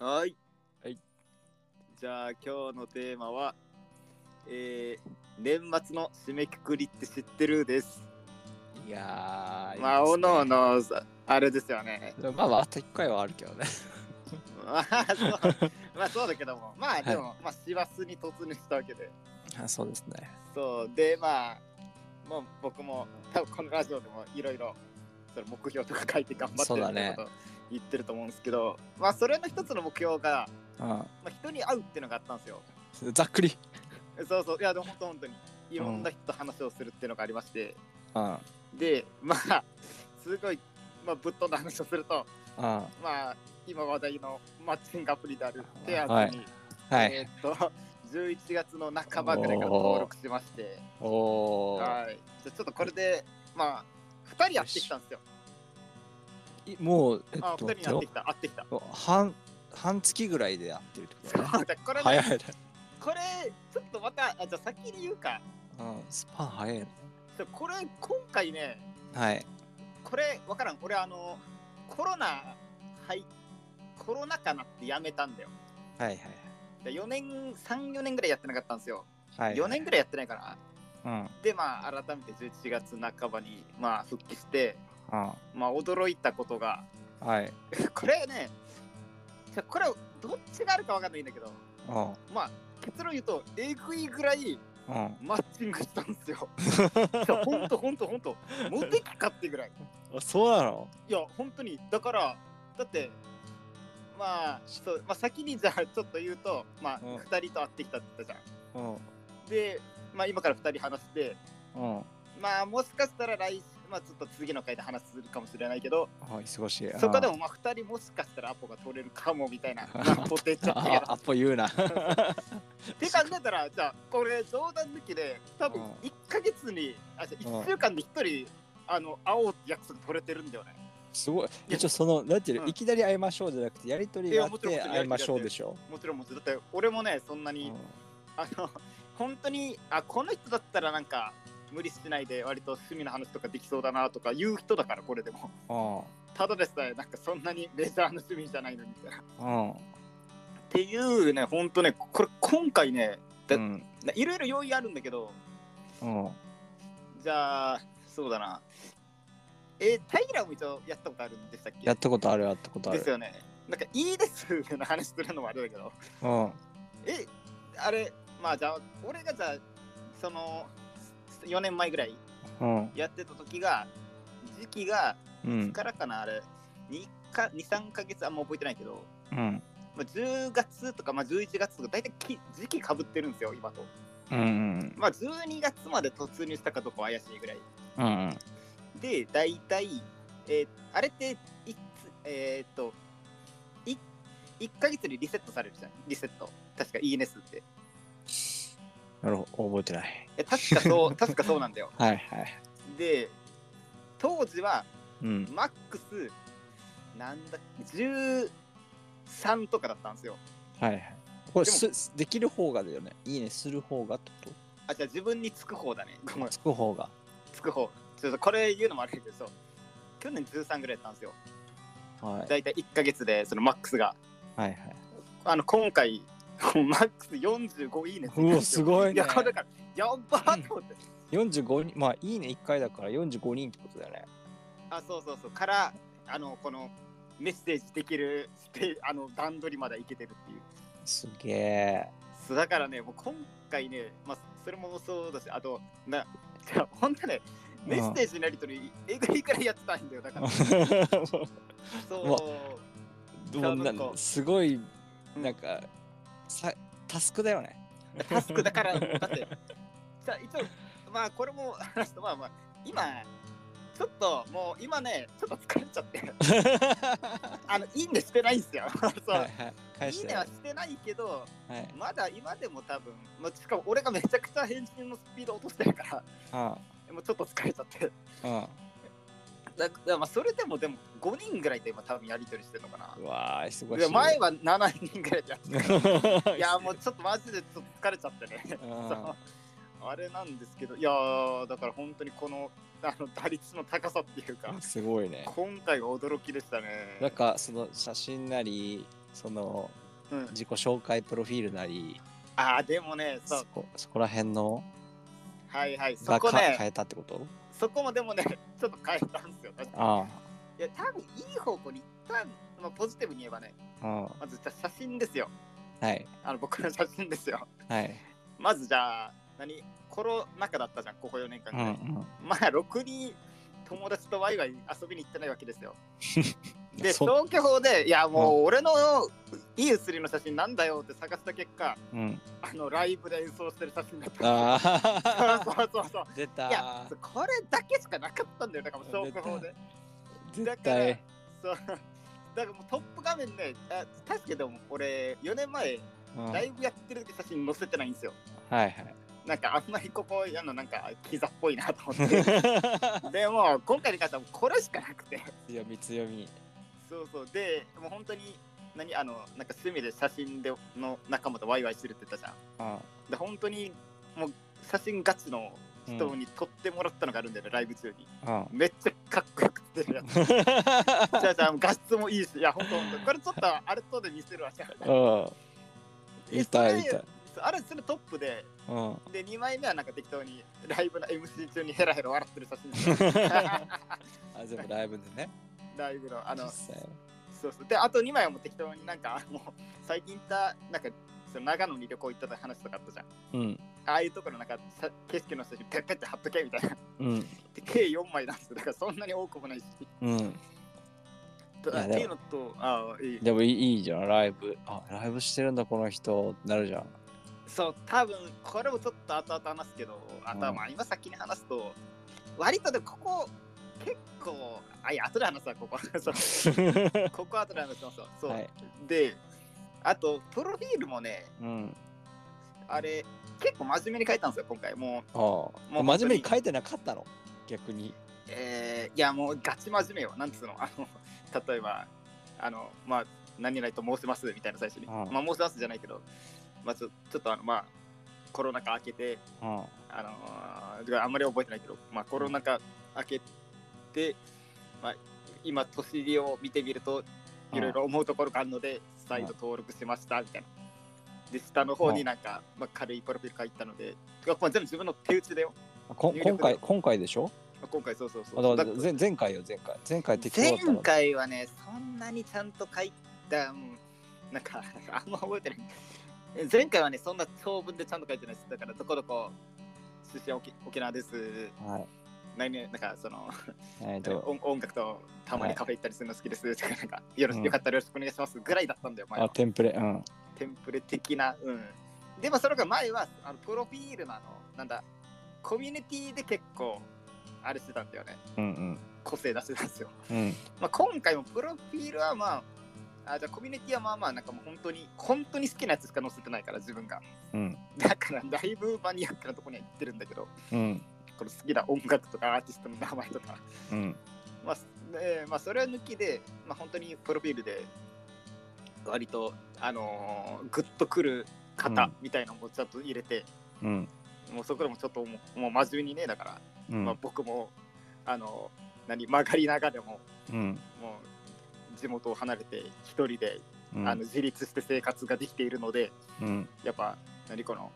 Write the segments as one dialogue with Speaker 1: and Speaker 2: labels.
Speaker 1: はーい。
Speaker 2: はい。
Speaker 1: じゃあ今日のテーマは、えー、年末の締めくくりって知ってるです。
Speaker 2: いやー、
Speaker 1: まあ、
Speaker 2: いいです
Speaker 1: お
Speaker 2: ね
Speaker 1: のおの、さあれですよね。
Speaker 2: まあ、また一回はあるけどね。
Speaker 1: まあ、そうまあそうだけども、まあでも、まあ、師走に突入したわけで。
Speaker 2: あそうですね。
Speaker 1: そう、で、まあ、もう僕も、多分このラジオでもいろいろ、それ目標とか書いて頑張って
Speaker 2: そう
Speaker 1: る
Speaker 2: だ
Speaker 1: って
Speaker 2: ね
Speaker 1: こと言ってると思うんですけど、まあ、それの一つの目標が、
Speaker 2: う
Speaker 1: まあ、人に会うっていうのがあったんですよ。
Speaker 2: ん。ざっくり。
Speaker 1: そうそう、いや、でも本当本当に、いろんな人と話をするっていうのがありまして、
Speaker 2: うん。うん。
Speaker 1: で、まあ、すごい、まあ、ぶっ飛んだ話をすると、
Speaker 2: は
Speaker 1: まあ、今話題のマッチングアプリであるペア
Speaker 2: は
Speaker 1: ーズ
Speaker 2: い
Speaker 1: に、
Speaker 2: い。
Speaker 1: えーっと、11月の半ばぐらいから登録しまして、
Speaker 2: おー
Speaker 1: はい。じゃあちょっとこれで、まあ、2人やってきたんですよ。
Speaker 2: いもう、えっ
Speaker 1: あ、
Speaker 2: と、
Speaker 1: 2人になってきた、会ってきた。
Speaker 2: 半、半月ぐらいでやってるってことね。
Speaker 1: そうじゃあこれ、ね、
Speaker 2: 早いね。
Speaker 1: これ、ちょっとまた、あじゃあ先に言うか、
Speaker 2: うん。スパン早いね。
Speaker 1: ちょこれ、今回ね、
Speaker 2: はい。
Speaker 1: これ分からん俺あのコロナはいコロナ禍なってやめたんだよ
Speaker 2: はいはい
Speaker 1: 4年34年ぐらいやってなかったんですよ、
Speaker 2: はい。
Speaker 1: 4年ぐらいやってないから
Speaker 2: うん。うん。
Speaker 1: でまあ改めて11月半ばにまあ復帰してまあ驚いたことが
Speaker 2: はい。
Speaker 1: これねちょこれどっちがあるか分かんないんだけど
Speaker 2: うん。
Speaker 1: まあ結論言うとえぐいぐらい
Speaker 2: うん。
Speaker 1: マッチングしたんです よいやほんとほんとほんとモテ期かってぐらい
Speaker 2: あ、そうなの
Speaker 1: いや本当にだからだってまあそう、まあ、先にじゃあちょっと言うとまあ、
Speaker 2: うん
Speaker 1: 2人と会ってきたって言ったじ
Speaker 2: うん。
Speaker 1: ゃんでまあ今から2人話して
Speaker 2: うん。
Speaker 1: まあもしかしたら来週まあちょっと次の回で話するかもしれないけど
Speaker 2: はい、忙しい。
Speaker 1: そこでもまあ2人もしかしたらアポが取れるかもみたい な
Speaker 2: うん
Speaker 1: まあポテちゃった
Speaker 2: あ
Speaker 1: け
Speaker 2: あ、アポ言う な。
Speaker 1: どって考えたらじゃあこれ冗談抜きで多分
Speaker 2: うん
Speaker 1: 1ヶ月にあじゃあ
Speaker 2: うん
Speaker 1: 1週間で1人あの会おうって約束取れてるんだよね
Speaker 2: すごい。
Speaker 1: や
Speaker 2: 一応その、なんていうの、
Speaker 1: うん
Speaker 2: いきなり会いましょうじゃなくて、やりとりがあっ
Speaker 1: い
Speaker 2: て
Speaker 1: やもちろん
Speaker 2: 会いましょうでしょ。
Speaker 1: もちろんもちろんだって俺もねそんなに、あの本当にあこの人だったらなんか無理しないで割と趣味の話とかできそうだなとか言う人だからこれでも
Speaker 2: う
Speaker 1: ただでさえなんかそんなにメジャーな趣味じゃないのにみたいな。っ
Speaker 2: ん。うん。
Speaker 1: ていうね本当ねこれ今回ねだ
Speaker 2: うん。
Speaker 1: いろいろ要因あるんだけど
Speaker 2: うん。
Speaker 1: じゃあそうだなえー、タイラも一応やったことあるんでしたっけ
Speaker 2: やったことある、やったことあ
Speaker 1: で
Speaker 2: る
Speaker 1: す。よねなんかいいですの話するのもあれだけど
Speaker 2: うん。
Speaker 1: えあれまあじゃあ俺がじゃあその4年前ぐらい
Speaker 2: うん。
Speaker 1: やってた時が時期が
Speaker 2: う
Speaker 1: いつ
Speaker 2: ん。
Speaker 1: からかな、あれ23か月あんま覚えてないけど、
Speaker 2: うん。
Speaker 1: まあ、10月とか、まあ、11月とか大体き時期かぶってるんですよ今と、
Speaker 2: うん。
Speaker 1: まあ、12月まで突入したかどうかは怪しいぐらい
Speaker 2: うん。
Speaker 1: で大体、えーあれっていつえーっとい1ヶ月にリセットされるじゃんリセット確か ENS って
Speaker 2: なるほど、覚えてない。
Speaker 1: え確か そう確かそうなんだよ
Speaker 2: はいはい。
Speaker 1: で当時は
Speaker 2: うん。
Speaker 1: マックス、なんだ13とかだったんですよ。
Speaker 2: はいはい。これ
Speaker 1: でも
Speaker 2: す、できる方がだよね。いいね、する方がってこ
Speaker 1: あ、じゃあ自分につく方だね。ごめん
Speaker 2: と。、つく方が。
Speaker 1: つく方。ちょっとこれ言うのもあれだけど、そう去年13ぐらいだったんですよ。
Speaker 2: はい。
Speaker 1: だいたい1ヶ月で、そのマックスが。
Speaker 2: はいはい。
Speaker 1: あの、今回、 マックス45いいねついたんでよ。
Speaker 2: うおすごいね
Speaker 1: いや、これだから、やっばーと思って。
Speaker 2: 45人、まあ、いいね、1回だから45人ってことだよね。
Speaker 1: あ、そうそうそう。から、あの、この、メッセージできるステージあの段取りまだいけてるっていう。
Speaker 2: すげ え。
Speaker 1: そうだからね、もう今回ね、まあ、それもそうだし、あと、な、 じゃあほんとね、
Speaker 2: うん
Speaker 1: メッセージのやり取り、えぐいくらいやってたんだよ、だから。
Speaker 2: うわ
Speaker 1: そう。
Speaker 2: ど
Speaker 1: じゃあ
Speaker 2: う
Speaker 1: な
Speaker 2: なんん
Speaker 1: か
Speaker 2: かすごいなんか、さタスクだ よね。
Speaker 1: タスクだから、だって、じゃあ一応、まあ、これも話すと、まあまあ、今、ちょっともう今ね、ちょっと疲れちゃって、あの、いいねしてないんですよ。 そ
Speaker 2: は
Speaker 1: う。
Speaker 2: いはい。返
Speaker 1: い
Speaker 2: し
Speaker 1: い
Speaker 2: て
Speaker 1: ね
Speaker 2: な。
Speaker 1: はいしてないけど、
Speaker 2: はい。
Speaker 1: まだ今でも多分、まあ、しかも俺がめちゃくちゃ返信のスピード落としてるか
Speaker 2: あ
Speaker 1: ら、もうちょっと疲れちゃって。
Speaker 2: あ。
Speaker 1: だだまあそれでもでも5人ぐらいで今多分やり取りしてるのかな
Speaker 2: うん。うわあ、すごい。
Speaker 1: で 前は7人ぐらいでやってたからいやも
Speaker 2: う。
Speaker 1: うちょっとマジでちょっと疲れちゃってね
Speaker 2: う
Speaker 1: そ
Speaker 2: ん
Speaker 1: うあれなんですけどいやーだから本当にこの あの打率の高さっていうか
Speaker 2: すごいね。
Speaker 1: 今回は驚きでしたね
Speaker 2: なんかその写真なりその
Speaker 1: うん、
Speaker 2: 自己紹介プロフィールなり
Speaker 1: ああでもねそ
Speaker 2: そうこそこら辺の
Speaker 1: はいはいそ
Speaker 2: が
Speaker 1: こ
Speaker 2: か変
Speaker 1: ね
Speaker 2: えたってこと
Speaker 1: そこもでもね ちょっと変えたんですよ
Speaker 2: あ
Speaker 1: いや多分いい方向に行ったん、まあ、ポジティブに言えばね
Speaker 2: あうん
Speaker 1: まずじゃあ写真ですよ
Speaker 2: はい
Speaker 1: あの僕の写真ですよ
Speaker 2: はい
Speaker 1: まずじゃあ何コロナ禍だったじゃんここ4年間
Speaker 2: う
Speaker 1: ぐ
Speaker 2: んう
Speaker 1: らい、
Speaker 2: ん
Speaker 1: まあろくに友達とワイワイ遊びに行ってないわけですよで
Speaker 2: そ
Speaker 1: 消去法でいやもう俺のいい写りの写真なんだよって探した結果
Speaker 2: うん
Speaker 1: あのライブで演奏してる写真だった
Speaker 2: ああ
Speaker 1: そうそうそうそう
Speaker 2: 出
Speaker 1: いや
Speaker 2: た
Speaker 1: これだけしかなかったんだよだからもう消去法で
Speaker 2: 絶
Speaker 1: だから
Speaker 2: 対
Speaker 1: そう だからもうトップ画面ねあ確かにでも俺4年前
Speaker 2: うん
Speaker 1: ラ
Speaker 2: はい
Speaker 1: イブやってる時写真載せてないんですよ
Speaker 2: はい
Speaker 1: なんかあんまりここやのなんかキザっぽいなと思ってでも今回に関してはもうこれしかなくて
Speaker 2: 強み強み
Speaker 1: そうそうでもう本当に何あのなんか趣味で写真での仲間とワイワイしてるって言ったじゃん
Speaker 2: うん
Speaker 1: で本当にもう写真ガチの人に撮ってもらったのがあるんだよね、ライブ中に
Speaker 2: うん
Speaker 1: めっちゃかっこよく撮ってるやつじゃあじゃあ画質もいいしいや本当本当これちょっとあれとで見せるわじゃあ
Speaker 2: うん見たい見たい
Speaker 1: あれそれトップで
Speaker 2: うん
Speaker 1: で2枚目はなんか適当にライブの MC 中にヘラヘラ笑ってる写 真
Speaker 2: あ全部ライブでね
Speaker 1: ライブのあの
Speaker 2: 実際
Speaker 1: そうそうであと2枚はもう適当になんかもう最近行ったなんかその長野に旅行行ったとか話とかあったじゃん
Speaker 2: うん
Speaker 1: ああいうところなんかさ景色の写真ペッペッて貼っとけみたいな
Speaker 2: うん
Speaker 1: で計4枚なんですよだからそんなに多くもないし
Speaker 2: うん
Speaker 1: と
Speaker 2: いや
Speaker 1: っ
Speaker 2: でも
Speaker 1: ていうのとああいい
Speaker 2: でもいいいいじゃんライブあライブしてるんだこの人ってなるじゃん
Speaker 1: そう多分これもちょっと後々話すけどあとはまあ今先に話すと割とでもここ結構あいや後で話すわこ こそう ここは後で話しますわそう、
Speaker 2: はい
Speaker 1: であとプロフィールもね
Speaker 2: うん
Speaker 1: あれ結構真面目に書いたんですよ今回もう
Speaker 2: ああも
Speaker 1: 当に
Speaker 2: う真面目に書いてなかったの逆に
Speaker 1: えーいやもうガチ真面目よなんつうの あの例えばあのまあ何々と申せますみたいな最初に、
Speaker 2: うん
Speaker 1: まあ申せますじゃないけどまあちょちょっとあのまあコロナ禍明けて
Speaker 2: うん
Speaker 1: あのーてかあんまり覚えてないけどまあコロナ禍明けて、まあ今年を見てみるといろいろ思うところがあるので再度登録しましたみたいなで下の方になんか、まあ、軽いプロフィール書いたのでてかこれ全部自分の手打ちだよ
Speaker 2: こ
Speaker 1: 入力
Speaker 2: 今回今回でしょ
Speaker 1: 今回そうそうそう
Speaker 2: あだか
Speaker 1: だ
Speaker 2: ら前前回よ前回前回適当だった
Speaker 1: 前
Speaker 2: の
Speaker 1: 回はね、そんなにちゃんと書いた、うんなんか、 あんま覚えてない。前回はね、そんな長文でちゃんと書いてないです。だから、どこどこ、出身は沖沖縄です。
Speaker 2: はい
Speaker 1: 来年、なんか、その、
Speaker 2: えっと
Speaker 1: 音音楽とたまにカフェ行ったりするの好きです。とかなんか、よろし
Speaker 2: うん
Speaker 1: よかったらよろしくお願いします。ぐらいだったんだよ、前
Speaker 2: あ
Speaker 1: は。
Speaker 2: テンプレうん
Speaker 1: テンプレ的な。うん。でも、それが前は、あのプロフィールの、あの、なんだ、コミュニティで結構、あれしてたんだよね。
Speaker 2: うん
Speaker 1: 個性出してたんですよ。
Speaker 2: うんうん
Speaker 1: まあ、今回もプロフィールはまあ、あじゃあコミュニティはまあまあ、なんかもう本当に、本当に好きなやつしか載せてないから、自分が。
Speaker 2: うん
Speaker 1: だから、だいぶマニアックなとこには行ってるんだけど、
Speaker 2: うん
Speaker 1: この好きな音楽とかアーティストの名前とか、
Speaker 2: うん
Speaker 1: まあ、でまあ、それは抜きで、まあ、本当にプロフィールで、割と、あのーグッとくる
Speaker 2: う
Speaker 1: 方
Speaker 2: ん
Speaker 1: みたいなのもちゃんと入れて、
Speaker 2: うん
Speaker 1: もうそこでもちょっともうもう真面目にね、だから、
Speaker 2: うん
Speaker 1: まあ、僕も、あのー何、曲がりながらも、
Speaker 2: うん
Speaker 1: もう地元を離れて一人で、
Speaker 2: うん
Speaker 1: あの自立して生活ができているので
Speaker 2: うん
Speaker 1: やっぱ何この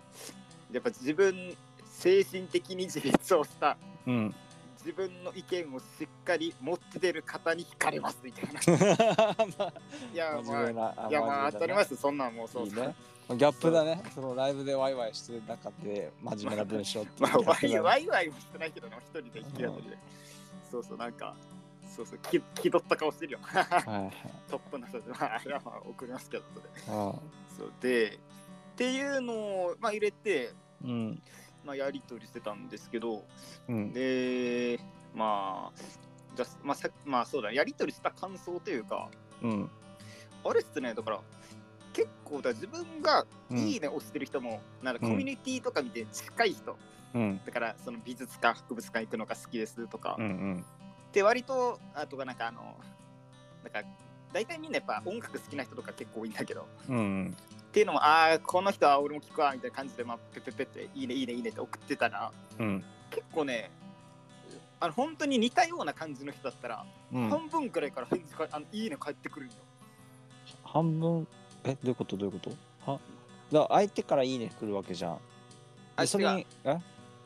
Speaker 1: やっぱ自分精神的に自立をした
Speaker 2: うん。
Speaker 1: 自分の意見をしっかり持って出る方に惹かれますみたいな
Speaker 2: まあ
Speaker 1: いや
Speaker 2: 真
Speaker 1: まあ
Speaker 2: 面目なあ
Speaker 1: いやま
Speaker 2: 真面目だね
Speaker 1: あ当たり前ですよそんなんもうそう
Speaker 2: いい
Speaker 1: そう
Speaker 2: ね。まあギャップだね。そのライブでワイワイしてる中で真面目な文章って いう
Speaker 1: まあ
Speaker 2: ギャ
Speaker 1: ワ
Speaker 2: ップ
Speaker 1: イ
Speaker 2: だね
Speaker 1: ワイワイもしてないけどね一人で弾き語りでそうそうなんかそうそう気気取った顔してるよ
Speaker 2: はい
Speaker 1: トップの人でまああれはまあ送りますけど後で
Speaker 2: は
Speaker 1: そうでっていうのを、まあ、入れて、
Speaker 2: い。うん。
Speaker 1: まあ、やり取りしてたんですけど
Speaker 2: うん。
Speaker 1: でまあじゃあまあさまあそうだやり取りした感想というか
Speaker 2: うん。
Speaker 1: あれっすねだから結構だ自分が「
Speaker 2: う
Speaker 1: いい
Speaker 2: ん。
Speaker 1: ね」押してる人も、なんか
Speaker 2: うん
Speaker 1: コミュニティとか見て近い人、
Speaker 2: うん。
Speaker 1: だからその美術館博物館行くのが好きですとか、
Speaker 2: うん。うん。
Speaker 1: で割とあとがなんかあのなんか大体みんなやっぱ音楽好きな人とか結構多いんだけど
Speaker 2: うん。
Speaker 1: っていうのも、ああ、この人は俺も聞くわ、みたいな感じで、まあ、ペペペって、いいね、いいね、いいねって送ってたら、
Speaker 2: うん。
Speaker 1: 結構ね、あの、本当に似たような感じの人だったら、
Speaker 2: うん。
Speaker 1: 半分くらいから返事か、あの、いいね返ってくるんよ。
Speaker 2: 半分えどういうことどういうことはだから相手からいいね来るわけじゃんで
Speaker 1: あ
Speaker 2: そ
Speaker 1: 違
Speaker 2: れ
Speaker 1: う
Speaker 2: にえ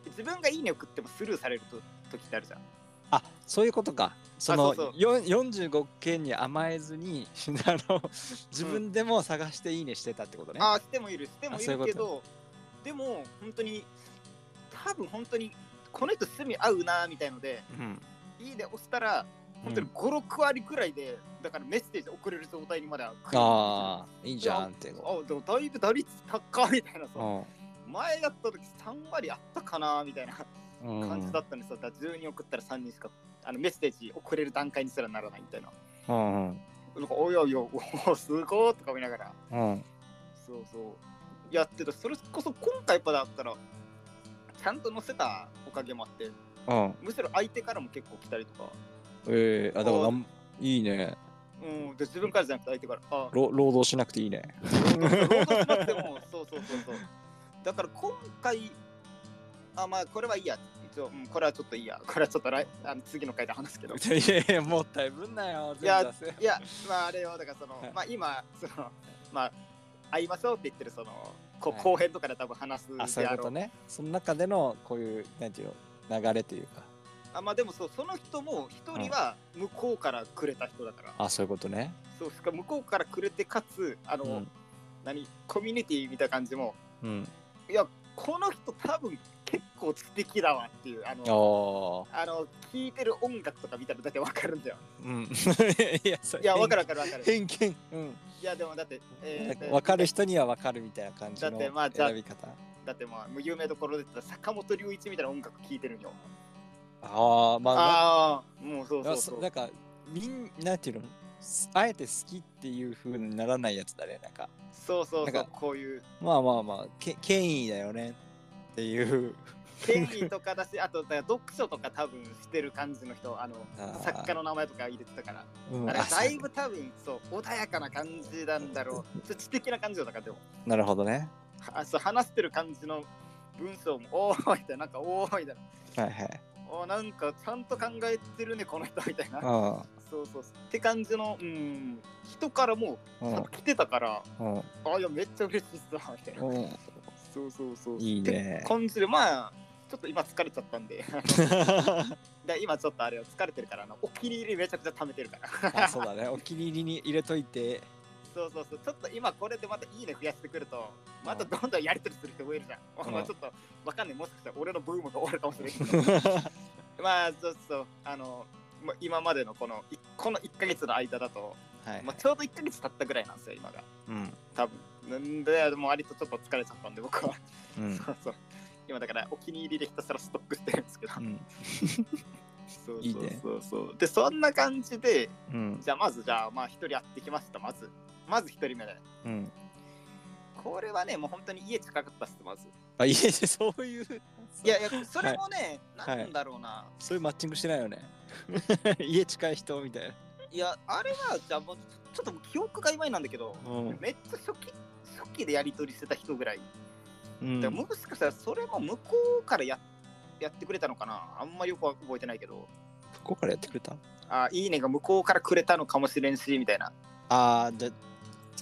Speaker 1: 自分がいいね送ってもスルーされると時ってあるじゃん
Speaker 2: あそういうことかその
Speaker 1: あそうそう
Speaker 2: よん45件に甘えずに あの自分でも探していいねしてたってことね、
Speaker 1: ああしてもいるしてもい
Speaker 2: あそうい
Speaker 1: る
Speaker 2: うこと
Speaker 1: けどでも本当に多分本当にこの人住み合うなみたいので
Speaker 2: うん
Speaker 1: いいね押したら本当に56割くらいでだからメッセージ送れる状態にまだ来る
Speaker 2: ああいいじゃんってこ
Speaker 1: あでもだいぶ打率高いみたいなさ
Speaker 2: と
Speaker 1: 前だった時3割あったかなみたいな
Speaker 2: うんうん
Speaker 1: 感じだったんですよだから10人送ったら3人しかあのメッセージ送れる段階にすらならないみたいな
Speaker 2: うんうん
Speaker 1: なんかおいおいおいおおすごーとか見ながら
Speaker 2: うん
Speaker 1: そうそうやってたそれこそ今回やっぱだったらちゃんと載せたおかげもあって
Speaker 2: うん
Speaker 1: むしろ相手からも結構来たりとか、
Speaker 2: ええあだからなんいいね
Speaker 1: うん、で自分からじゃなくて相手からあ
Speaker 2: 労労働しなくてい いね
Speaker 1: 労働しなくてもそうそうそうそうだから今回あまあこれはいいや一応、うん、これはちょっといいやこれはちょっと来あの次の回で話すけど
Speaker 2: いやいやもったいぶんなよ
Speaker 1: いや
Speaker 2: 全部出せ
Speaker 1: いやまああれよだからその
Speaker 2: はい
Speaker 1: まあ今そのまあ会いましょうって言ってるそのこ
Speaker 2: はい
Speaker 1: 後編とかで多分話すで
Speaker 2: あそうい
Speaker 1: あ
Speaker 2: うこ
Speaker 1: ろ
Speaker 2: と
Speaker 1: う
Speaker 2: ねその中でのこういうなんていうの流れというか
Speaker 1: あまあでもそうその人も一人は向こうからくれた人だから、
Speaker 2: あそういうことね
Speaker 1: そうしかも向こうからくれてかつあの、
Speaker 2: うん
Speaker 1: 何コミュニティみたいな感じも
Speaker 2: うん
Speaker 1: いやこの人多分結構知的だわっていうあ
Speaker 2: あ
Speaker 1: の
Speaker 2: あ
Speaker 1: あの聞いてる音楽とか見たらだってわかるんだよ
Speaker 2: うん、 いや、それ
Speaker 1: いやわかるわかるわかる
Speaker 2: 偏見。うん。
Speaker 1: いやでもだって、えー
Speaker 2: わかる人にはわかるみたいな感じ
Speaker 1: だ
Speaker 2: の
Speaker 1: って
Speaker 2: 選
Speaker 1: まあじゃあ
Speaker 2: び方。
Speaker 1: だってまあもう有名どころで言ったら坂本龍一みたいな音楽聞いてるんよ
Speaker 2: ああ、まあ、
Speaker 1: ああ、もうそう
Speaker 2: ま
Speaker 1: そ
Speaker 2: あ
Speaker 1: う
Speaker 2: そ
Speaker 1: そう。
Speaker 2: なんか、みんなんていうの、すあえて好きっていう風にならないやつだね。なんか、
Speaker 1: そうそうそ
Speaker 2: なん
Speaker 1: う
Speaker 2: か、
Speaker 1: こういう
Speaker 2: まあまあまあ、け権威だよねっていう。
Speaker 1: 権威とかだし、あとだから読書とか多分してる感じの人、あの
Speaker 2: あー
Speaker 1: 作家の名前とか入れてたから、
Speaker 2: うん
Speaker 1: あれ
Speaker 2: あ
Speaker 1: だいぶ多分そう穏やかな感じなんだろう。ちょっと知的な感じよだからでも、
Speaker 2: そうなるほどね。
Speaker 1: あそう話してる感じの文章もおおみたいななんかおおみたいな、
Speaker 2: はいはい。
Speaker 1: おーなんかちゃんと考えてるねこの人みたいな。
Speaker 2: う
Speaker 1: そうそうそうって感じのうん人からも
Speaker 2: ん。
Speaker 1: う来てたから、
Speaker 2: うん。
Speaker 1: あいやめっちゃ嬉しいっすわみたいな。
Speaker 2: うん。 うん。
Speaker 1: そうそうそう。
Speaker 2: いいね
Speaker 1: って感じで、まあ、ちょっと今疲れちゃったんで、 で今ちょっとあれを疲れてるから、あのお気に入りめちゃくちゃ貯めてるから。
Speaker 2: あそうだね。お気に入りに入れと いて。
Speaker 1: そうそうそう。ちょっと今これでまたいいね増やしてくると、またどんどんやりとりする人増えるじゃん。
Speaker 2: うん
Speaker 1: まあちょっとわかんない。もしかしたら俺のブームが終わるかもしれないけ ど。まあ、ちょっと、あの、まあ今までのこのいこの1ヶ月の間だと、
Speaker 2: はい。
Speaker 1: まあ、ちょうど1ヶ月経ったぐらいなんですよ、今が。
Speaker 2: うん。
Speaker 1: 多分んで、もう割とちょっと疲れちゃったんで、僕は。
Speaker 2: うん。
Speaker 1: そうそう。今だからお気に入りでひたすらストックしてるんですけど。
Speaker 2: うん。
Speaker 1: そう
Speaker 2: いい
Speaker 1: そう
Speaker 2: ね
Speaker 1: そうそう。で、そんな感じで、
Speaker 2: うん。
Speaker 1: じゃあまずじゃあまあ一人やってきました、まず。まず一人目で。
Speaker 2: うん。
Speaker 1: これはね、もう本当に家近かったっす、まず。
Speaker 2: あ、いえ、そういう。
Speaker 1: いやいや、それもね、
Speaker 2: はい
Speaker 1: なんだろうな。
Speaker 2: そういうマッチングしてな いよね。家近い人みたいな。
Speaker 1: い、や、あれは、じゃあもうちょっと記憶が曖昧なんだけど、
Speaker 2: うん。
Speaker 1: めっちゃ初期初期でやり取りしてた人ぐらい。
Speaker 2: うん
Speaker 1: でももしかしたらそれも向こうからややってくれたのかな。あんまよくは覚えてないけど。
Speaker 2: そこからやってくれた
Speaker 1: あいいねが向こうからくれたのかもしれんし、みたいな。
Speaker 2: ああ、じゃ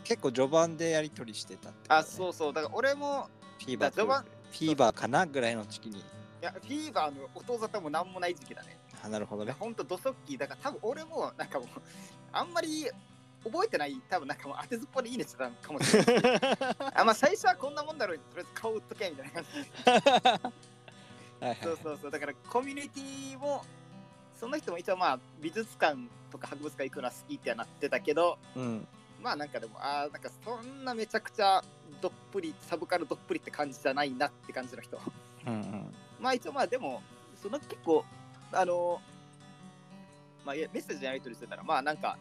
Speaker 2: 結構序盤でやり取りしてたってことね、
Speaker 1: あ、そうそう。だから俺も、
Speaker 2: フィーバー
Speaker 1: だから序盤
Speaker 2: フィーバーかなぐらいの時期に。
Speaker 1: いや、フィーバーの音沙汰もなんもない時期だね。
Speaker 2: あなるほどね。
Speaker 1: ほんと、土足期。だから多分俺も、なんかもう、あんまり覚えてない、多分なんかもう当てずっぽでいいねしてたのかもしれない。 あ、まあ最初はこんなもんだろうに、とりあえず顔売っとけみたいな感じ。
Speaker 2: はいはい。
Speaker 1: そうそうそう。だからコミュニティも、その人も一応まあ美術館とか博物館行くのは好きってはなってたけど、
Speaker 2: うん。
Speaker 1: まあなんかでも、ああ、なんかそんなめちゃくちゃどっぷり、サブカルどっぷりって感じじゃないなって感じの人。
Speaker 2: うんうん。
Speaker 1: まあ一応まあでも、その結構、あの、まあいやメッセージのやり取りしてたら、まあなんか、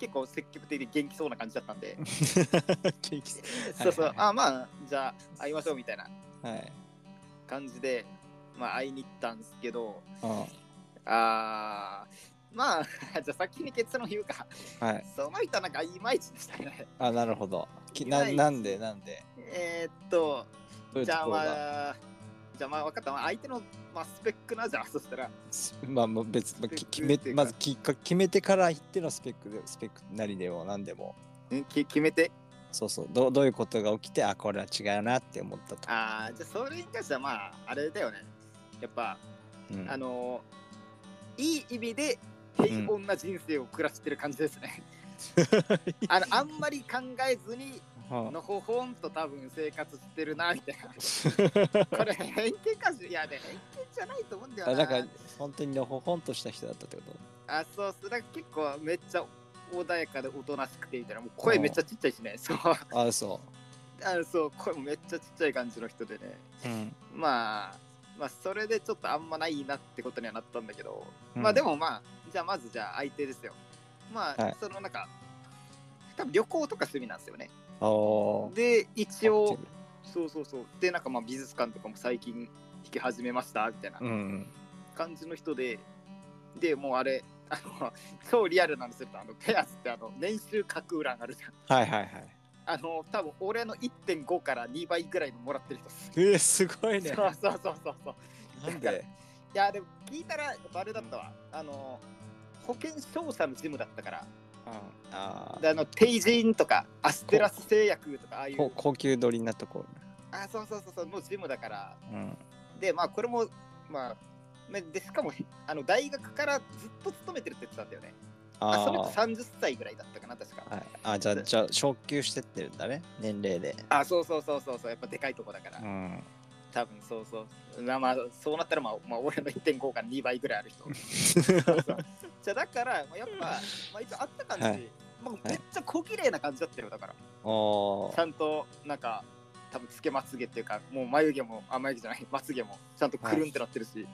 Speaker 1: 結構積極的で元気そうな感じだったんで、
Speaker 2: ケーキ
Speaker 1: そうそ
Speaker 2: は
Speaker 1: う
Speaker 2: い、はい
Speaker 1: あまあじゃあ会いましょうみたいな
Speaker 2: はい。
Speaker 1: 感じで、まあ会いに行ったんですけど、
Speaker 2: う
Speaker 1: あーまあ、 じゃあ先に結論言うか、
Speaker 2: ん。はい。
Speaker 1: その人なんかいまいちでしたね。
Speaker 2: あ、なるほど。きななんでなんで
Speaker 1: えーっと、
Speaker 2: どういう
Speaker 1: じ
Speaker 2: とこ
Speaker 1: ゃあま
Speaker 2: ろが
Speaker 1: あ、じゃあまあ分かった、まあ、相手の、まあ、スペックなじゃあそしたら、
Speaker 2: まあ、まあ別、まあ、き決め
Speaker 1: っていうか
Speaker 2: まずきっか決めてから言ってのスペックで、スペックなりでも何でも。
Speaker 1: んき決めて
Speaker 2: そうそうどうどういうことが起きてあこれは違うなって思ったと、
Speaker 1: ああじゃあそれに関してはまああれだよねやっぱ、
Speaker 2: うん
Speaker 1: あのーいい意味で平凡な人生を暮らしてる感じです ね、あのあんまり考えずに
Speaker 2: は
Speaker 1: のほほんと多分生活してるなみた いなこれ偏見かしいやね偏見じゃないと思うんだよ
Speaker 2: あ
Speaker 1: な
Speaker 2: なんか本当にのほほんとした人だったってこと
Speaker 1: あそうそうなんか結構めっちゃ穏やかでおとなしくてみたいなもう声めっちゃちっちゃいしねそうあ
Speaker 2: あそ
Speaker 1: のそう声もめっちゃちっちゃい感じの人でね
Speaker 2: う、うん、
Speaker 1: まあまあそれでちょっとあんまないなってことにはなったんだけど、
Speaker 2: うん
Speaker 1: まあでもまあじゃあまずじゃあ相手ですよまあ、
Speaker 2: はい
Speaker 1: そのなんか多分旅行とか趣味なんですよね
Speaker 2: おー
Speaker 1: で一応
Speaker 2: アクテ
Speaker 1: そうそうそうでなんかまあ美術館とかも最近弾き始めましたみたいな
Speaker 2: ィブうん
Speaker 1: 感じの人で、でもうあれあの超リアルなんですよあのペアスってあの年収格欄あるじゃん
Speaker 2: はいはいはい
Speaker 1: あの多分俺の1.5から2倍ぐらいのもらってる人です
Speaker 2: えー、すごいね
Speaker 1: そうそうそうそうそう
Speaker 2: なんで
Speaker 1: いやでも聞いたらやっぱあれだったわ、あの保険商社のジムだったから
Speaker 2: あ
Speaker 1: であのテイジンとかアステラス製薬とかああい
Speaker 2: ー
Speaker 1: う
Speaker 2: こ高級取りなとこ
Speaker 1: あそうそうそうそうのジムだから
Speaker 2: ろ、うん、
Speaker 1: でまあこれもまあめでしかもあの大学からずっと勤めてるって言ってたんだよねあその
Speaker 2: あ
Speaker 1: 人30歳ぐらいだったかな確か
Speaker 2: あ、はい、あじゃあ
Speaker 1: で
Speaker 2: じゃあ昇級してってるんだね年齢で
Speaker 1: あそうそうそうそうそうやっぱでかいとこだから、
Speaker 2: うん
Speaker 1: 多分そうそうまあまあそうなったらまあ、まあ、俺の1.5から2倍ぐらいある人 そうそうじゃあだから、まあ、やっぱ、まあ、一応あった感じ、
Speaker 2: はい
Speaker 1: まあ、めっちゃ小綺麗な感じだったよだから
Speaker 2: お
Speaker 1: ちゃんとなんか多分つけまつげっていうかもう眉毛もあ眉毛じゃないまつげもちゃんとくるんってなってるし、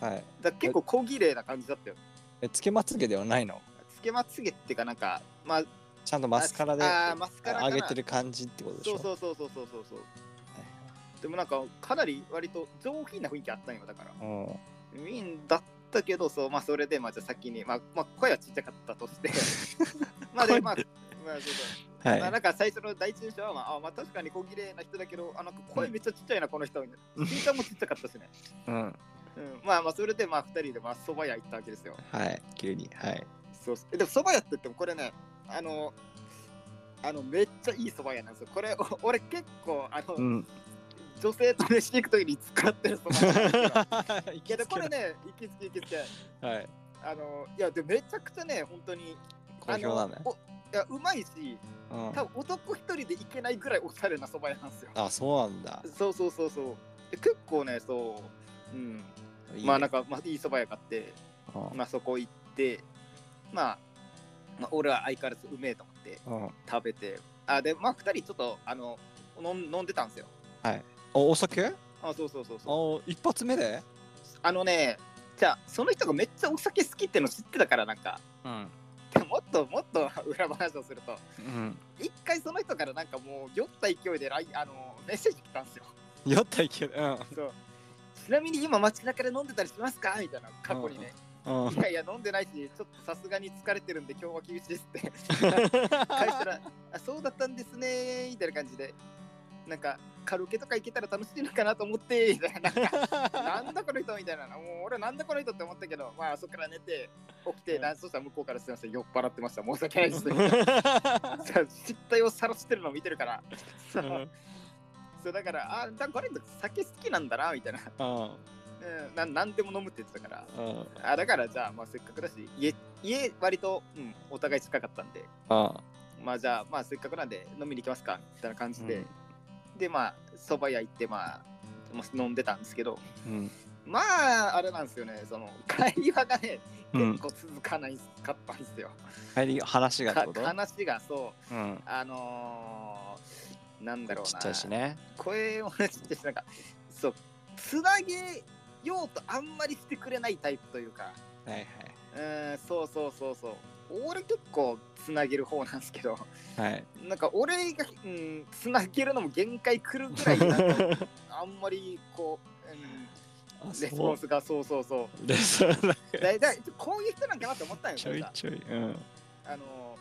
Speaker 2: ーはい
Speaker 1: だから結構小綺麗な感じだったよ
Speaker 2: えつけまつげではないの
Speaker 1: つけまつげっていうかなんかまあ
Speaker 2: ちゃんとマスカラで
Speaker 1: あーマスカラかな
Speaker 2: 上げてる感じってことでし
Speaker 1: そ
Speaker 2: ょ
Speaker 1: うそうそうそうそうそうそうでもなんかかなり割と上品な雰囲気あったんよだから
Speaker 2: うんは
Speaker 1: ウィンだったけどそうまあそれでまあじゃあ先にまあ、まあ、声はちっちゃかったとして まあでまあまあそうそう
Speaker 2: い
Speaker 1: まあ、なんか最初の第一印象は、まあ、あまあ確かに小綺麗な人だけど、あなんか声めっちゃちっちゃいな、この人みたいな。身長もちっちゃかったしね。
Speaker 2: うん
Speaker 1: うん、まあまあ、それでまあ2人でまあ蕎麦屋行ったわけですよ。
Speaker 2: はい急にはい
Speaker 1: そうそうでも蕎麦屋って言ってもこれね、あの、あのめっちゃいい蕎麦屋なんですよ。これ、お俺結構、あの、
Speaker 2: うん
Speaker 1: 女性と飯行くときに使ってる 蕎麦屋なんです よ。
Speaker 2: い
Speaker 1: いや、でもこれね、行きつけ行きつけ。
Speaker 2: はい
Speaker 1: あの、いや、でもめちゃくちゃね、本当に。
Speaker 2: 好評だね
Speaker 1: あのおいや、うまいし、
Speaker 2: うん
Speaker 1: 多分男一人で行けないぐらいおしゃれな蕎麦屋なんですよ。
Speaker 2: あそうなんだ
Speaker 1: そうそうそうそう。で結構ね、そう。うん。
Speaker 2: いいね
Speaker 1: まあなんか、まあ、いいそば屋買って、
Speaker 2: うん
Speaker 1: まあそこ行って、まあ、まあ、俺は相変わらずうめえと思って
Speaker 2: うん
Speaker 1: 食べて、あ、で、まあ二人ちょっと、あの、飲ん飲んでたんですよ。
Speaker 2: おお酒
Speaker 1: あ、そうそうそうそう。
Speaker 2: お一発目で
Speaker 1: あのね、じゃあその人がめっちゃお酒好きっての知ってたからなんか、
Speaker 2: うん
Speaker 1: でもっともっと裏話をすると、
Speaker 2: うん
Speaker 1: 一回その人からなんかもう酔った勢いでラインあのメッセージ来たんですよ。
Speaker 2: 酔った勢いでうん
Speaker 1: そう。ちなみに今街中で飲んでたりしますかみたいな過去にね。
Speaker 2: う ん
Speaker 1: いやいや、飲んでないし、ちょっとさすがに疲れてるんで、今日は厳しいです って返したら、あそうだったんですね、みたいな感じで、なんか、カラオケとか行けたら楽しいのかなと思って、みたいな、 なんだこの人みたいな、もう俺、なんだこの人って思ったけど、まあ、そこから寝て、起きて、
Speaker 2: うん
Speaker 1: なんそしたら向こうからすみません、酔っ払ってました、申し訳ない です。そう失態を晒してるのを見てるから、そう
Speaker 2: うん
Speaker 1: そうだから、あ、じゃあこれ、酒好きなんだな、みたいな、
Speaker 2: うん
Speaker 1: うんな、なんでも飲むって言ってたから。
Speaker 2: うん
Speaker 1: あだからじゃあ、まあ、せっかくだし家家割と、うん、お互い近かったんで
Speaker 2: あ
Speaker 1: まあじゃあまあせっかくなんで飲みに行きますかみたいな感じで、
Speaker 2: うん
Speaker 1: でまあそば屋行ってまあまあ飲んでたんですけど
Speaker 2: うん
Speaker 1: まああれなんですよねその会話がね
Speaker 2: うん
Speaker 1: 結構続かないかったんですよ、
Speaker 2: 帰り話がって
Speaker 1: か
Speaker 2: こと
Speaker 1: 話がそう
Speaker 2: うん
Speaker 1: あのー、なんだろう
Speaker 2: ち
Speaker 1: な
Speaker 2: っちゃいしね
Speaker 1: 声をねちっちゃいしなんかそうつなげようとあんまりしてくれないタイプというか
Speaker 2: はいはいう
Speaker 1: ーんそうそうそうそう俺結構つなげる方なんですけど
Speaker 2: はい
Speaker 1: なんか俺が、うん、つなげるのも限界くるぐらいなんか あんまりこう、
Speaker 2: あ
Speaker 1: うん、レスポ
Speaker 2: そ
Speaker 1: ン
Speaker 2: う
Speaker 1: スがそうそうそ
Speaker 2: レスポンス
Speaker 1: うだいだいこういう人なんかなと思ったんよ
Speaker 2: ち
Speaker 1: そ
Speaker 2: ょ
Speaker 1: れ
Speaker 2: い
Speaker 1: が
Speaker 2: ちょいうん
Speaker 1: あの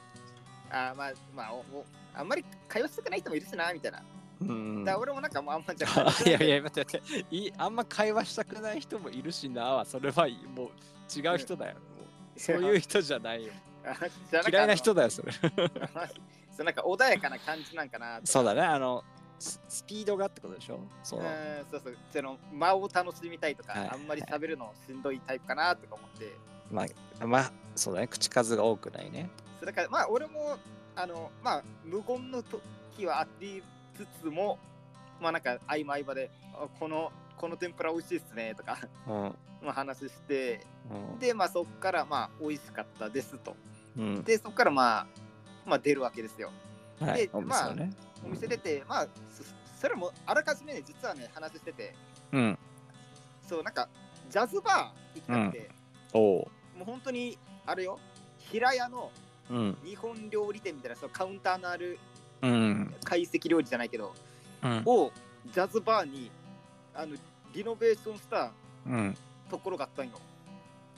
Speaker 1: あーまあまあおおあんまり会話したくない人もいるしなみたいな、
Speaker 2: うん
Speaker 1: だから俺もなんかもうあんまじゃ
Speaker 2: あ いやいや待って待っていいあんま会話したくない人もいるしなはそれはいいもう違う人だよ、もうそういう人じゃないよ
Speaker 1: あじゃあなんか
Speaker 2: 嫌いな人だよそれ
Speaker 1: あのそ そうなんか穏やかな感じなんかなと
Speaker 2: そうだね、あの、ススピードがってことでしょそうう。
Speaker 1: んそうそうその間を楽しみたいとか、
Speaker 2: はい
Speaker 1: あんまり喋るのしんどいタイプかなとか思って
Speaker 2: まあ、まあ、そうだね、口数が多くないね。
Speaker 1: そうだからまあ俺もあのまあ無言の時はありつつもまあなんか合間合間であこのこの天ぷら美味しいっすねとか
Speaker 2: うん。うん
Speaker 1: まあ話してでまあそっからまあ美味しかったですと
Speaker 2: うん。
Speaker 1: でそっからまあまあ出るわけですよ
Speaker 2: はい
Speaker 1: で、
Speaker 2: お店をね。
Speaker 1: お店出てまあそそれもあらかじめね実はね話してて
Speaker 2: うん。
Speaker 1: そうなんかジャズバー行きたくて、
Speaker 2: おお
Speaker 1: もう本当にあれよ平屋の
Speaker 2: う。うん。
Speaker 1: 日本料理店みたいなそのカウンターのある
Speaker 2: うん。
Speaker 1: 懐石料理じゃないけど、
Speaker 2: うん。
Speaker 1: をジャズバーにあのリノベーションした
Speaker 2: うん。
Speaker 1: ところがあったんよ。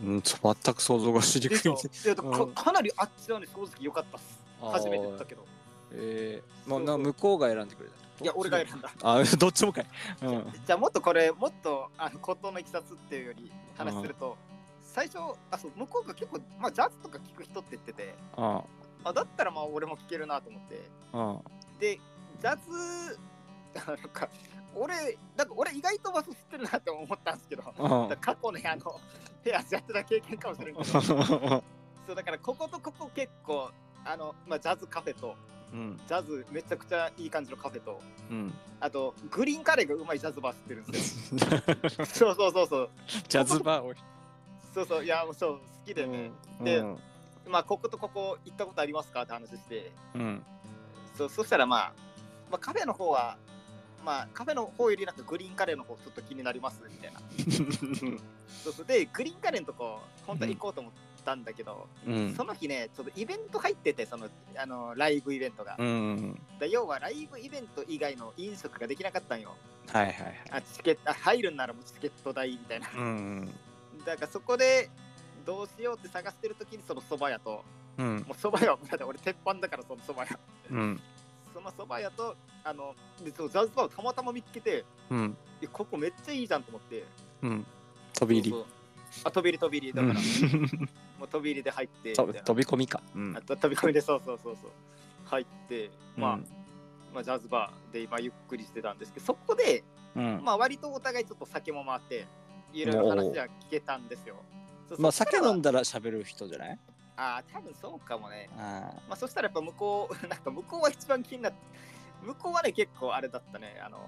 Speaker 2: うん、ちょ全く想像がしにく
Speaker 1: で
Speaker 2: い
Speaker 1: しょいやだからか
Speaker 2: うん
Speaker 1: かなりあっちはね正直良かったっす。
Speaker 2: あー
Speaker 1: 初めてだったけど。
Speaker 2: えー、もうな向こうが選んでくれた。
Speaker 1: いや俺が選んだ。
Speaker 2: あ、 どっちもかい。うん。
Speaker 1: じゃあもっとこれもっとあのことのいきさつっていうより話すると、最初あそう向こうが結構、まあ、ジャズとか聞く人って言ってて、
Speaker 2: あ
Speaker 1: あ、だったらまあ俺も聞けるなと思って。
Speaker 2: あ。
Speaker 1: でジャズなんか俺なんか俺意外とバス知ってるなって思ったんですけど、
Speaker 2: うん。うん。
Speaker 1: 過去ねあのペアジャズな経験かもしれんけどそうだからこことここ結構あの、まあ、ジャズカフェと
Speaker 2: うん。
Speaker 1: ジャズめちゃくちゃいい感じのカフェと
Speaker 2: うん。
Speaker 1: あとグリーンカレーがうまいジャズバー知ってるんですよそうそうそうそう
Speaker 2: ジャズバーを。
Speaker 1: そうそういやもうそう好きでね、で
Speaker 2: うん。
Speaker 1: まあこことここ行ったことありますかって話して
Speaker 2: うん。
Speaker 1: そうそしたら、まあ、まあカフェの方はまあカフェの方よりなんかグリーンカレーの方ちょっと気になりますみたいなそうそうでグリーンカレーのとこ本当は行こうと思ったんだけど、
Speaker 2: うん
Speaker 1: そ。の日ね、ちょっとイベント入ってて、そのあのライブイベントが。
Speaker 2: うん。
Speaker 1: だ要はライブイベント以外の飲食ができなかったんよ。
Speaker 2: はいはいはい。
Speaker 1: あチケットあ入るんならもうチケット代みたいな。
Speaker 2: うん。
Speaker 1: だからそこでどうしようって探してる時にその蕎麦屋と、
Speaker 2: うん。
Speaker 1: もう蕎麦屋はだって俺鉄板だからその蕎麦屋。
Speaker 2: うん。
Speaker 1: その蕎麦屋と、あの、でそのジャズバーをたまたま見つけて、
Speaker 2: うん。
Speaker 1: いやここめっちゃいいじゃんと思って。
Speaker 2: うん。飛び入
Speaker 1: そうそう
Speaker 2: り。
Speaker 1: あ、飛び入り飛び入りだ
Speaker 2: う
Speaker 1: か
Speaker 2: ん
Speaker 1: ら、もう飛び入りで入ってみたい
Speaker 2: 飛
Speaker 1: な
Speaker 2: び飛び込みか。うん
Speaker 1: あ。と飛び込みでそうそうそうそう。入って、まあ、まあ、ジャズバーで今ゆっくりしてたんですけどそこで、
Speaker 2: うん。
Speaker 1: まあ、割とお互いちょっと酒も回っていろいろ話は聞けたんですよ。そう
Speaker 2: まあ
Speaker 1: そっ
Speaker 2: 酒
Speaker 1: からは
Speaker 2: 飲んだら喋る人じゃない
Speaker 1: あー多分そうかもね。
Speaker 2: ああ。
Speaker 1: まあ、そしたらやっぱ向こう なんか向こうは一番気になって向こうはね結構あれだったねあの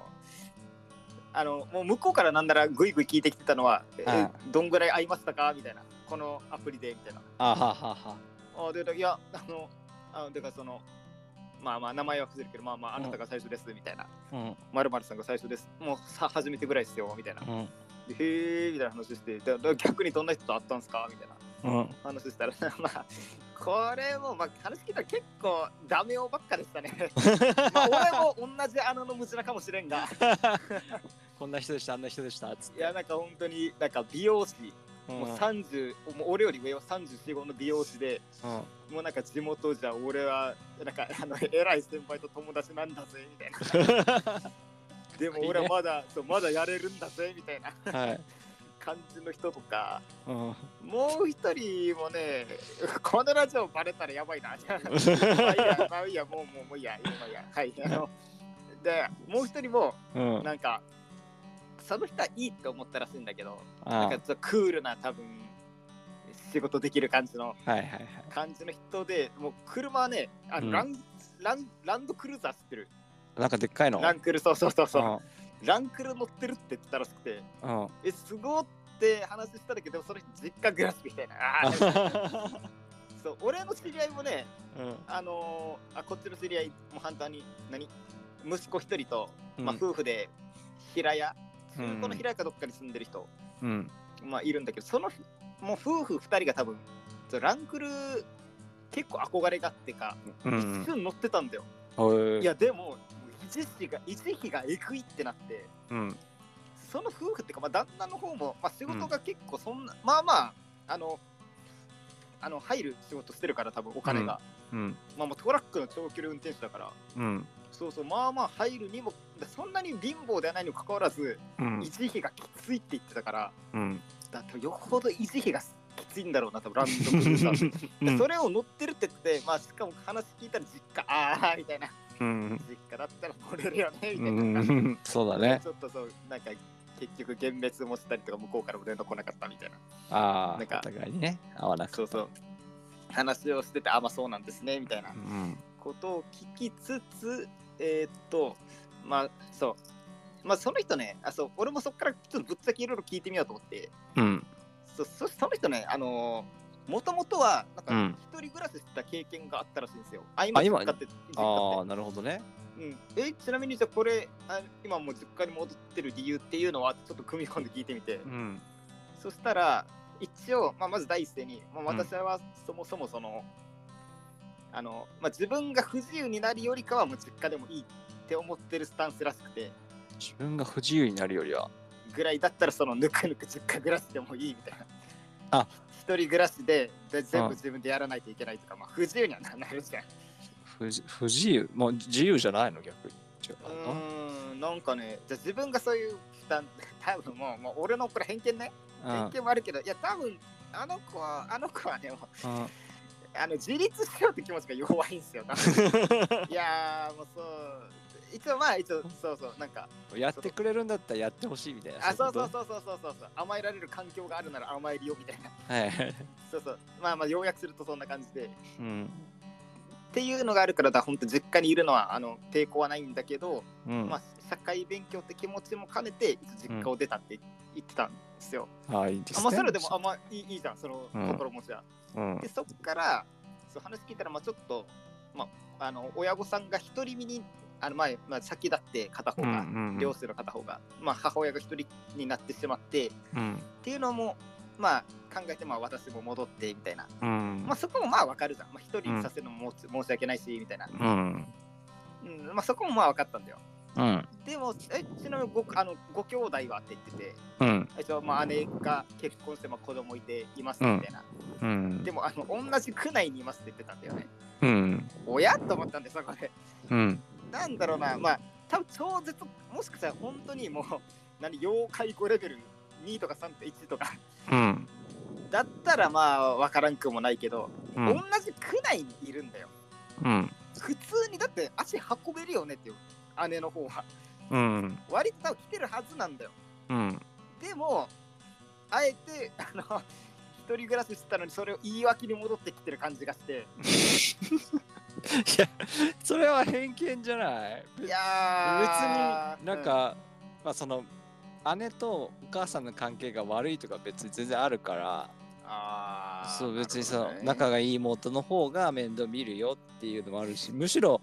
Speaker 1: あのもう向こうからなんならグイグイ聞いてきてたのは、え
Speaker 2: ああ
Speaker 1: どんぐらい会いましたかみたいなこのアプリでみたいな。
Speaker 2: あははは。
Speaker 1: あーでいやあのあだからそのまあまあ名前は伏せるけどまあまああなたが最初ですみたいな。
Speaker 2: うん。
Speaker 1: まるまるさんが最初です。もうさ初めてぐらいですよ、みたいな。
Speaker 2: うん。
Speaker 1: でへーみたいな話して、だだ逆にどんな人と会ったんですかみたいな
Speaker 2: うん。
Speaker 1: 話したら、 まあ、これも、まあ、話聞いたら結構ダメ男ばっかでしたね。 まあ、俺も同じ穴の無地なかもしれんが、
Speaker 2: こんな人でした、あんな人でした。つっ
Speaker 1: い
Speaker 2: て
Speaker 1: や、なんか本当に、なんか美容師、
Speaker 2: うん
Speaker 1: もう30、もう俺より上は34、5の美容師で、
Speaker 2: うん
Speaker 1: もうなんか地元じゃ俺は、なんか、 あの、偉い先輩と友達なんだぜ、みたいな。でも俺はまだ、そうまだやれるんだぜ、みたいな。
Speaker 2: はい。
Speaker 1: 感じの人とか
Speaker 2: うん。
Speaker 1: もう一人もねこのラジオバレたらやばいな まあいいやまあいいやもうもうもういいやもういいやはいあのでもう一人も
Speaker 2: う ん。
Speaker 1: なんかその人はいいって思ったらしいんだけどなん
Speaker 2: あ
Speaker 1: かちょっとクールな多分仕事できる感じの
Speaker 2: あ。はいはいはい。
Speaker 1: 感じの人でもう車はねあの、
Speaker 2: うん
Speaker 1: ランランランドクルーザー知ってる
Speaker 2: なんかでっかいの。
Speaker 1: ランクルそうそうそうそう、
Speaker 2: うん
Speaker 1: ランクル乗ってるって言ってたらしくて
Speaker 2: うん。
Speaker 1: えすごって話したんだけどその人実家暮らしみたいなあー そう俺の知り合いもね、
Speaker 2: うん。
Speaker 1: あのーあこっちの知り合いも反対に何息子一人と、まあ、
Speaker 2: うん
Speaker 1: 夫婦で平屋
Speaker 2: うん
Speaker 1: 中古の平屋かどっかに住んでる人、
Speaker 2: うん。
Speaker 1: まあ、いるんだけどそのもう夫婦二人が多分そうランクル結構憧れがあってか、
Speaker 2: うん
Speaker 1: 一。瞬乗ってたんだよ、
Speaker 2: うん
Speaker 1: いやでももう維持費が維持費がえぐいってなって
Speaker 2: うん。
Speaker 1: その夫婦っていうか、まあ、旦那の方も、まあ、仕事が結構そんな、まあまああのあの入る仕事してるから多分お金が、
Speaker 2: うん。
Speaker 1: まあ、もうトラックの長距離運転手だから
Speaker 2: うん。
Speaker 1: そうそうまあまあ入るにもそんなに貧乏ではないにもかかわらず
Speaker 2: うん
Speaker 1: 維持費がきついって言ってたから
Speaker 2: うん。
Speaker 1: だってよほど維持費がきついんだろうな、多分ランドクルーザーって
Speaker 2: うん
Speaker 1: それを乗ってるって言って、まあ、しかも話聞いたら実家、ああ、みたいな。
Speaker 2: うん
Speaker 1: 実家だったら乗れるよね、み
Speaker 2: う
Speaker 1: たいな。
Speaker 2: んそうだね
Speaker 1: ちょっとそう、なんか、結局、幻滅もしたりとか、向こうからも連絡来なかったみたいな。
Speaker 2: あ
Speaker 1: な
Speaker 2: あ
Speaker 1: んか
Speaker 2: お互いにね合わなくて
Speaker 1: そうそう。話をしてて、あ、まあそうなんですね、みたいな
Speaker 2: うん
Speaker 1: ことを聞きつつ、えーっと、まあそう。まあその人ね、あ、そう、俺もそこからちょっとぶっちゃけいろいろ聞いてみようと思って、
Speaker 2: うん
Speaker 1: そそその人ね、あのー、もともとは、なん
Speaker 2: う
Speaker 1: か、
Speaker 2: ん
Speaker 1: 一人暮らししてた経験があったらしいんですよ。あ、今、
Speaker 2: あ
Speaker 1: 実
Speaker 2: 今
Speaker 1: 家って、実
Speaker 2: あ
Speaker 1: 家
Speaker 2: あ
Speaker 1: っ
Speaker 2: なるほどね
Speaker 1: て。うん、え、ちなみに、じゃあこれあ、今もう実家に戻ってる理由っていうのは、ちょっと組み込んで聞いてみて。
Speaker 2: うん
Speaker 1: そしたら、一応、まあ、まず第一声に、まあ、
Speaker 2: うん
Speaker 1: 私はそもそもその、あの、まあ、自分が不自由になるよりかは、もう実家でもいいって思ってるスタンスらしくて、
Speaker 2: 自分が不自由になるよりは
Speaker 1: ぐらいだったら、その、ぬくぬく実家暮らしでもいいみたいな。
Speaker 2: あ
Speaker 1: 一人暮らしでで全
Speaker 2: うん
Speaker 1: 部自分でやらないといけないとか、まあ、不自由にはななるじゃん。
Speaker 2: 不自不自由もう自由じゃないの逆に違
Speaker 1: う
Speaker 2: うの
Speaker 1: ーん、なんかね、じゃあ自分がそういう負担、多分もう、もう俺のこれ偏見ね、
Speaker 2: うん
Speaker 1: 偏見もあるけど、いや、多分あの子は、あの子はね、もう
Speaker 2: うん
Speaker 1: あの自立しようって気持ちが弱いんですよ。多分 いやーもうそう。一応まあ一応そうそうなんか
Speaker 2: やってくれるんだったらやってほしいみたいな。
Speaker 1: あそうそう
Speaker 2: い
Speaker 1: そうそうそうそうそう甘えられる環境があるなら甘えるよみたいな
Speaker 2: こと。はい。
Speaker 1: そうそうまあまあ要約するとそんな感じでっ
Speaker 2: うん。
Speaker 1: ていうのがあるからだ本当実家にいるのはあの抵抗はないんだけど、
Speaker 2: うん。
Speaker 1: まあ社会勉強って気持ちも兼ねて実家を出たって言ってたんですよ。
Speaker 2: あ、いいです
Speaker 1: あ
Speaker 2: ね。
Speaker 1: まあそれでもあまあいいいいじゃんその心持ちは。
Speaker 2: うん
Speaker 1: で。そっからそう話聞いたらまあちょっと、まあ、あの親御さんが独り身にあの前、まあ、先だって片方
Speaker 2: う
Speaker 1: が、
Speaker 2: ん。
Speaker 1: 両親の片方が、まあ、母親が一人になってしまってっ
Speaker 2: うん。
Speaker 1: ていうのも、まあ、考えて、まあ、私も戻ってみたいな、
Speaker 2: うん。
Speaker 1: まあ、そこもまあ分かるじゃんまあ、一人にさせるのも申し申し訳ないしみたいな、
Speaker 2: うん。
Speaker 1: うんまあ、そこもまあ分かったんだよ
Speaker 2: うん。
Speaker 1: でもえちなみにごあのご兄弟はって言ってて
Speaker 2: うん。
Speaker 1: 一応まあ姉が結婚して、まあ、子供いていますみたいな、
Speaker 2: うん。
Speaker 1: でもあの同じ区内にいますって言ってたんだよね
Speaker 2: うん。
Speaker 1: 親と思ったんですよ、これ。
Speaker 2: うん。
Speaker 1: なんだろうな、まあ、多分超絶、もしかしたら本当にもう、何、要介護レベル2とか3とか1とか、
Speaker 2: うん。
Speaker 1: だったらまあ、わからんくもないけど、
Speaker 2: うん。
Speaker 1: 同じ区内にいるんだよ。
Speaker 2: うん。
Speaker 1: 普通に、だって足運べるよねっていう、姉の方は。
Speaker 2: うん。
Speaker 1: 割と多分来てるはずなんだよ。
Speaker 2: うん。
Speaker 1: でも、あえて、あの、一人暮らししてたのに、それを言い訳に戻ってきてる感じがして、
Speaker 2: いや、それは偏見じゃない。
Speaker 1: い
Speaker 2: 別に、
Speaker 1: やー
Speaker 2: なん、か、まあ、その。姉とお母さんの関係が悪いとか別に全然あるから
Speaker 1: あー
Speaker 2: そう別に
Speaker 1: な
Speaker 2: その
Speaker 1: るほどね
Speaker 2: 仲がいい妹の方が面倒見るよっていうのもあるしむしろ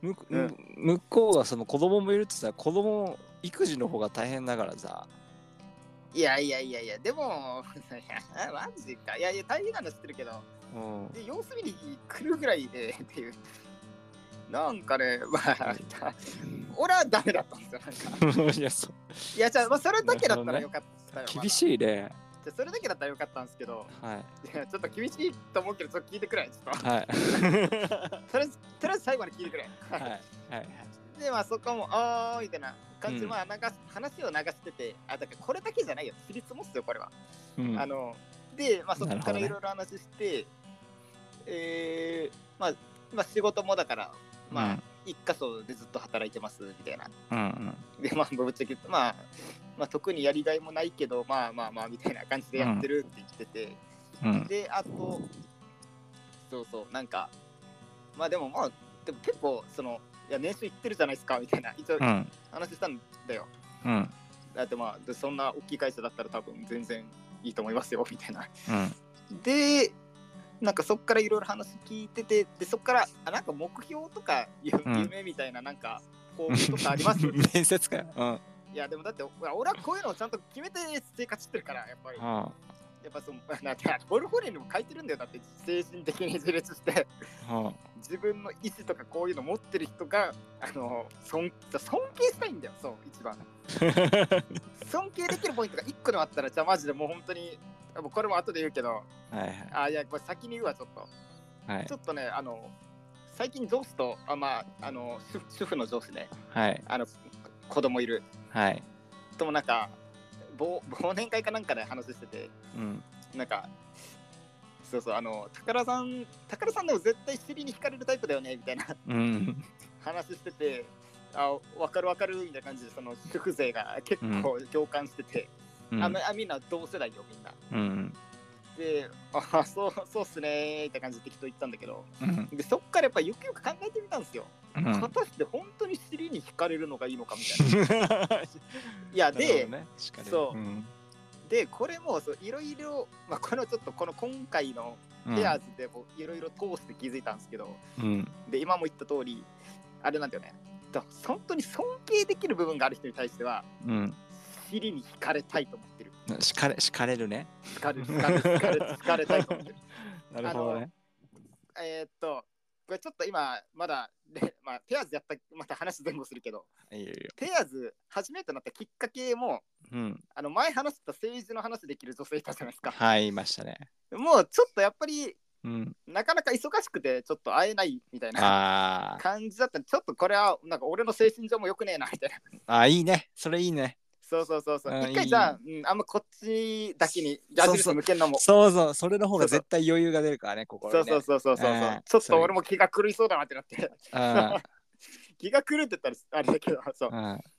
Speaker 2: む
Speaker 1: うん
Speaker 2: む向こうがその子供もいるってさ子供育児の方が大変だからさ
Speaker 1: いやいやいやいや、でも、 いやマジか。いやいや、大変なの知ってるけど、
Speaker 2: うん
Speaker 1: で様子見に来るぐらいでっていう。なんかね、まあ、 俺はダメだったんですよ。なんか
Speaker 2: いやそう
Speaker 1: いや、じゃあ、まあ、それだけだったらよかったよ。
Speaker 2: 厳
Speaker 1: い。
Speaker 2: しいね
Speaker 1: じゃあそれだけだったらよかったんですけど、
Speaker 2: はい
Speaker 1: いやちょっと厳しいと思うけど、ちょっと聞いてくれ。ちょっと。
Speaker 2: はい
Speaker 1: とりあえず、とりあえず最後に聞いてくれ。
Speaker 2: はいはいはい
Speaker 1: で、まあ、そこも、あーみたいな感じで、
Speaker 2: うん
Speaker 1: まあ、なんか話を流してて、あ、だからこれだけじゃないよ。知り積もっすよ、これは。
Speaker 2: うん
Speaker 1: あので、まあ、そこから
Speaker 2: ないる
Speaker 1: ろいろ話して、えーまあ、まあ仕事もだから、ま
Speaker 2: う
Speaker 1: あ
Speaker 2: ん、
Speaker 1: 一箇所でずっと働いてますみたいな。
Speaker 2: うん
Speaker 1: で、まあ、ぶっちゃけ、まあ、まあ、特にやりがいもないけど、まあまあまあ、みたいな感じでやってるって言ってて、
Speaker 2: うん
Speaker 1: で、あと、そうそう、なんか、まあでも、まあ、でも結構、その、いや、年収いってるじゃないですか、みたいな、一応
Speaker 2: うんうん
Speaker 1: 話したんだよ。
Speaker 2: うん
Speaker 1: だってまあ、でそんな大きい会社だったら多分全然いいと思いますよ、みたいな。
Speaker 2: うん
Speaker 1: でなんかそっからいろいろ話聞いててでそっからあなんか目標とか夢
Speaker 2: うん
Speaker 1: 夢みたいななんか抱負とかありますい
Speaker 2: 面接かようん
Speaker 1: やでもだってほら俺はこういうのをちゃんと決めて生活してるからやっぱりや
Speaker 2: うん
Speaker 1: っぱその なんかゴルフレにも書いてるんだよだって精神的に自立して
Speaker 2: うん
Speaker 1: 自分の意思とかこういうの持ってる人があの尊尊敬したいんだよそう一番尊敬できるポイントが1個でもあったらじゃあマジでもう本当にもうこれも後で言うけど
Speaker 2: はい
Speaker 1: あいやこれ先に言うわちょっと
Speaker 2: はいはい
Speaker 1: ちょっとね、あの、最近上司と、あまあ、あの主主婦の上司ね、
Speaker 2: はい
Speaker 1: あの、子供いる。
Speaker 2: はい
Speaker 1: ともなんか、忘忘年会かなんかで話してて、
Speaker 2: うん
Speaker 1: なんか、そうそう、あの、宝さん、宝さんでも絶対尻に惹かれるタイプだよね、みたいな
Speaker 2: うん。
Speaker 1: 話してて、あ、わかるわかる、みたいな感じで、その、主婦勢が結構共感してて、
Speaker 2: うん
Speaker 1: あのあ、みんな同世代よ、みんな。
Speaker 2: うん。
Speaker 1: で、あ、そう、そうっすねー、って感じで適当言ったんだけど、
Speaker 2: うん。
Speaker 1: で、そっからやっぱよくよく考えてみたんですよ。
Speaker 2: うん
Speaker 1: 果たして本当に尻に惹かれるのがいいの か、み たいな。いや、
Speaker 2: なるほ
Speaker 1: で
Speaker 2: ど、ね、しっかり
Speaker 1: そう
Speaker 2: うん
Speaker 1: で、これも、そういろいろ、まあ、このちょっと、この今回の
Speaker 2: うん
Speaker 1: ペアーズでも、いろいろ通して気づいたんですけど、
Speaker 2: うん
Speaker 1: で今も言った通りあれなんだよねだ本当に尊敬できる部分がある人に対しては
Speaker 2: うん
Speaker 1: 尻に惹かれたいと思ってる
Speaker 2: しかれしかれるね
Speaker 1: 惹かれる惹かれる惹かれる惹かれたいと思ってる
Speaker 2: なるほどね
Speaker 1: えーっとこれちょっと今まだ、ねまあ、ペアーズやったまた話前後するけど
Speaker 2: いいよいいよ
Speaker 1: ペアーズ初めてなったきっかけも
Speaker 2: うん
Speaker 1: あの前話した政治の話できる女性いたじゃないですか
Speaker 2: はいいましたね
Speaker 1: もうちょっとやっぱり
Speaker 2: うん
Speaker 1: なかなか忙しくてちょっと会えないみたいな
Speaker 2: あー
Speaker 1: 感じだったちょっとこれはなんか俺の精神上も良くねえなみたいな
Speaker 2: あーいいねそれいいね
Speaker 1: そうそうそうそう。
Speaker 2: うん
Speaker 1: 一回じゃあ、うん、あんまこっちだけに矢印向けるのも。そ
Speaker 2: そうそうそれの方が絶対余裕が出るからね
Speaker 1: う
Speaker 2: 心
Speaker 1: そう
Speaker 2: にね
Speaker 1: そうそうそうそう、
Speaker 2: うん
Speaker 1: ちょっと俺も気が狂いそうだなってなって。
Speaker 2: うん
Speaker 1: 気が狂ってたらあれだけど、そう。
Speaker 2: うん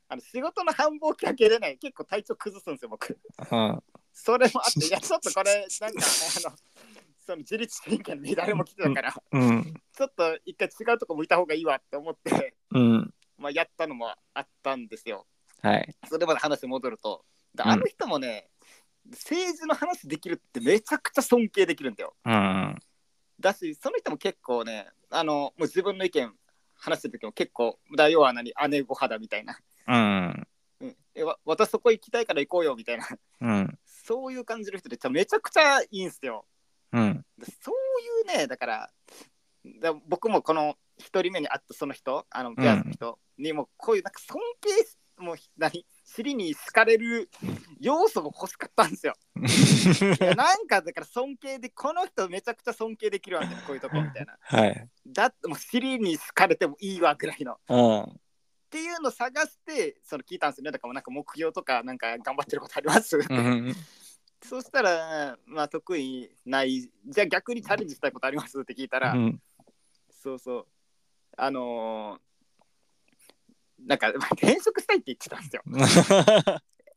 Speaker 1: あの仕事の繁忙期はけれない。結構体調崩すんですよ、僕。
Speaker 2: うん
Speaker 1: それもあって、いや、ちょっとこれ、なんか、あの、その自律神経の乱れも来てたから、
Speaker 2: うん
Speaker 1: ちょっと一回違うとこ向いた方がいいわって思って、
Speaker 2: うん
Speaker 1: まあ、やったのもあったんですよ。
Speaker 2: はい
Speaker 1: それまで話戻ると。で
Speaker 2: うん
Speaker 1: あの人もね、政治の話できるってめちゃくちゃ尊敬できるんだよ。
Speaker 2: うん
Speaker 1: だしその人も結構ねあのもう自分の意見話してる時も結構「だ要は何姉御肌」みたいな、
Speaker 2: うん
Speaker 1: うんえわ「私そこ行きたいから行こうよ」みたいな
Speaker 2: うん
Speaker 1: そういう感じの人でちゃめちゃくちゃいいんすよ
Speaker 2: うん
Speaker 1: でそういうねだからだ僕もこの一人目に会ったその人あのペアーズの人にもこういうなんか尊敬しもう何尻に好かれる要素が欲しかったん ですよ。いやなんかだから尊敬でこの人めちゃくちゃ尊敬できるわけこういうとこみたいな。
Speaker 2: はい
Speaker 1: だってもう尻に好かれてもいいわぐらいの。っ
Speaker 2: うん
Speaker 1: ていうのを探してその聞いたんですよね。だからもうなんか目標とかなんか頑張ってることあります、
Speaker 2: うん
Speaker 1: そしたら、まあ特にない。じゃあ逆にチャレンジしたいことありますって聞いたら、
Speaker 2: うん
Speaker 1: そうそう。あのーなんかまあ転職したいって言ってたんですよ。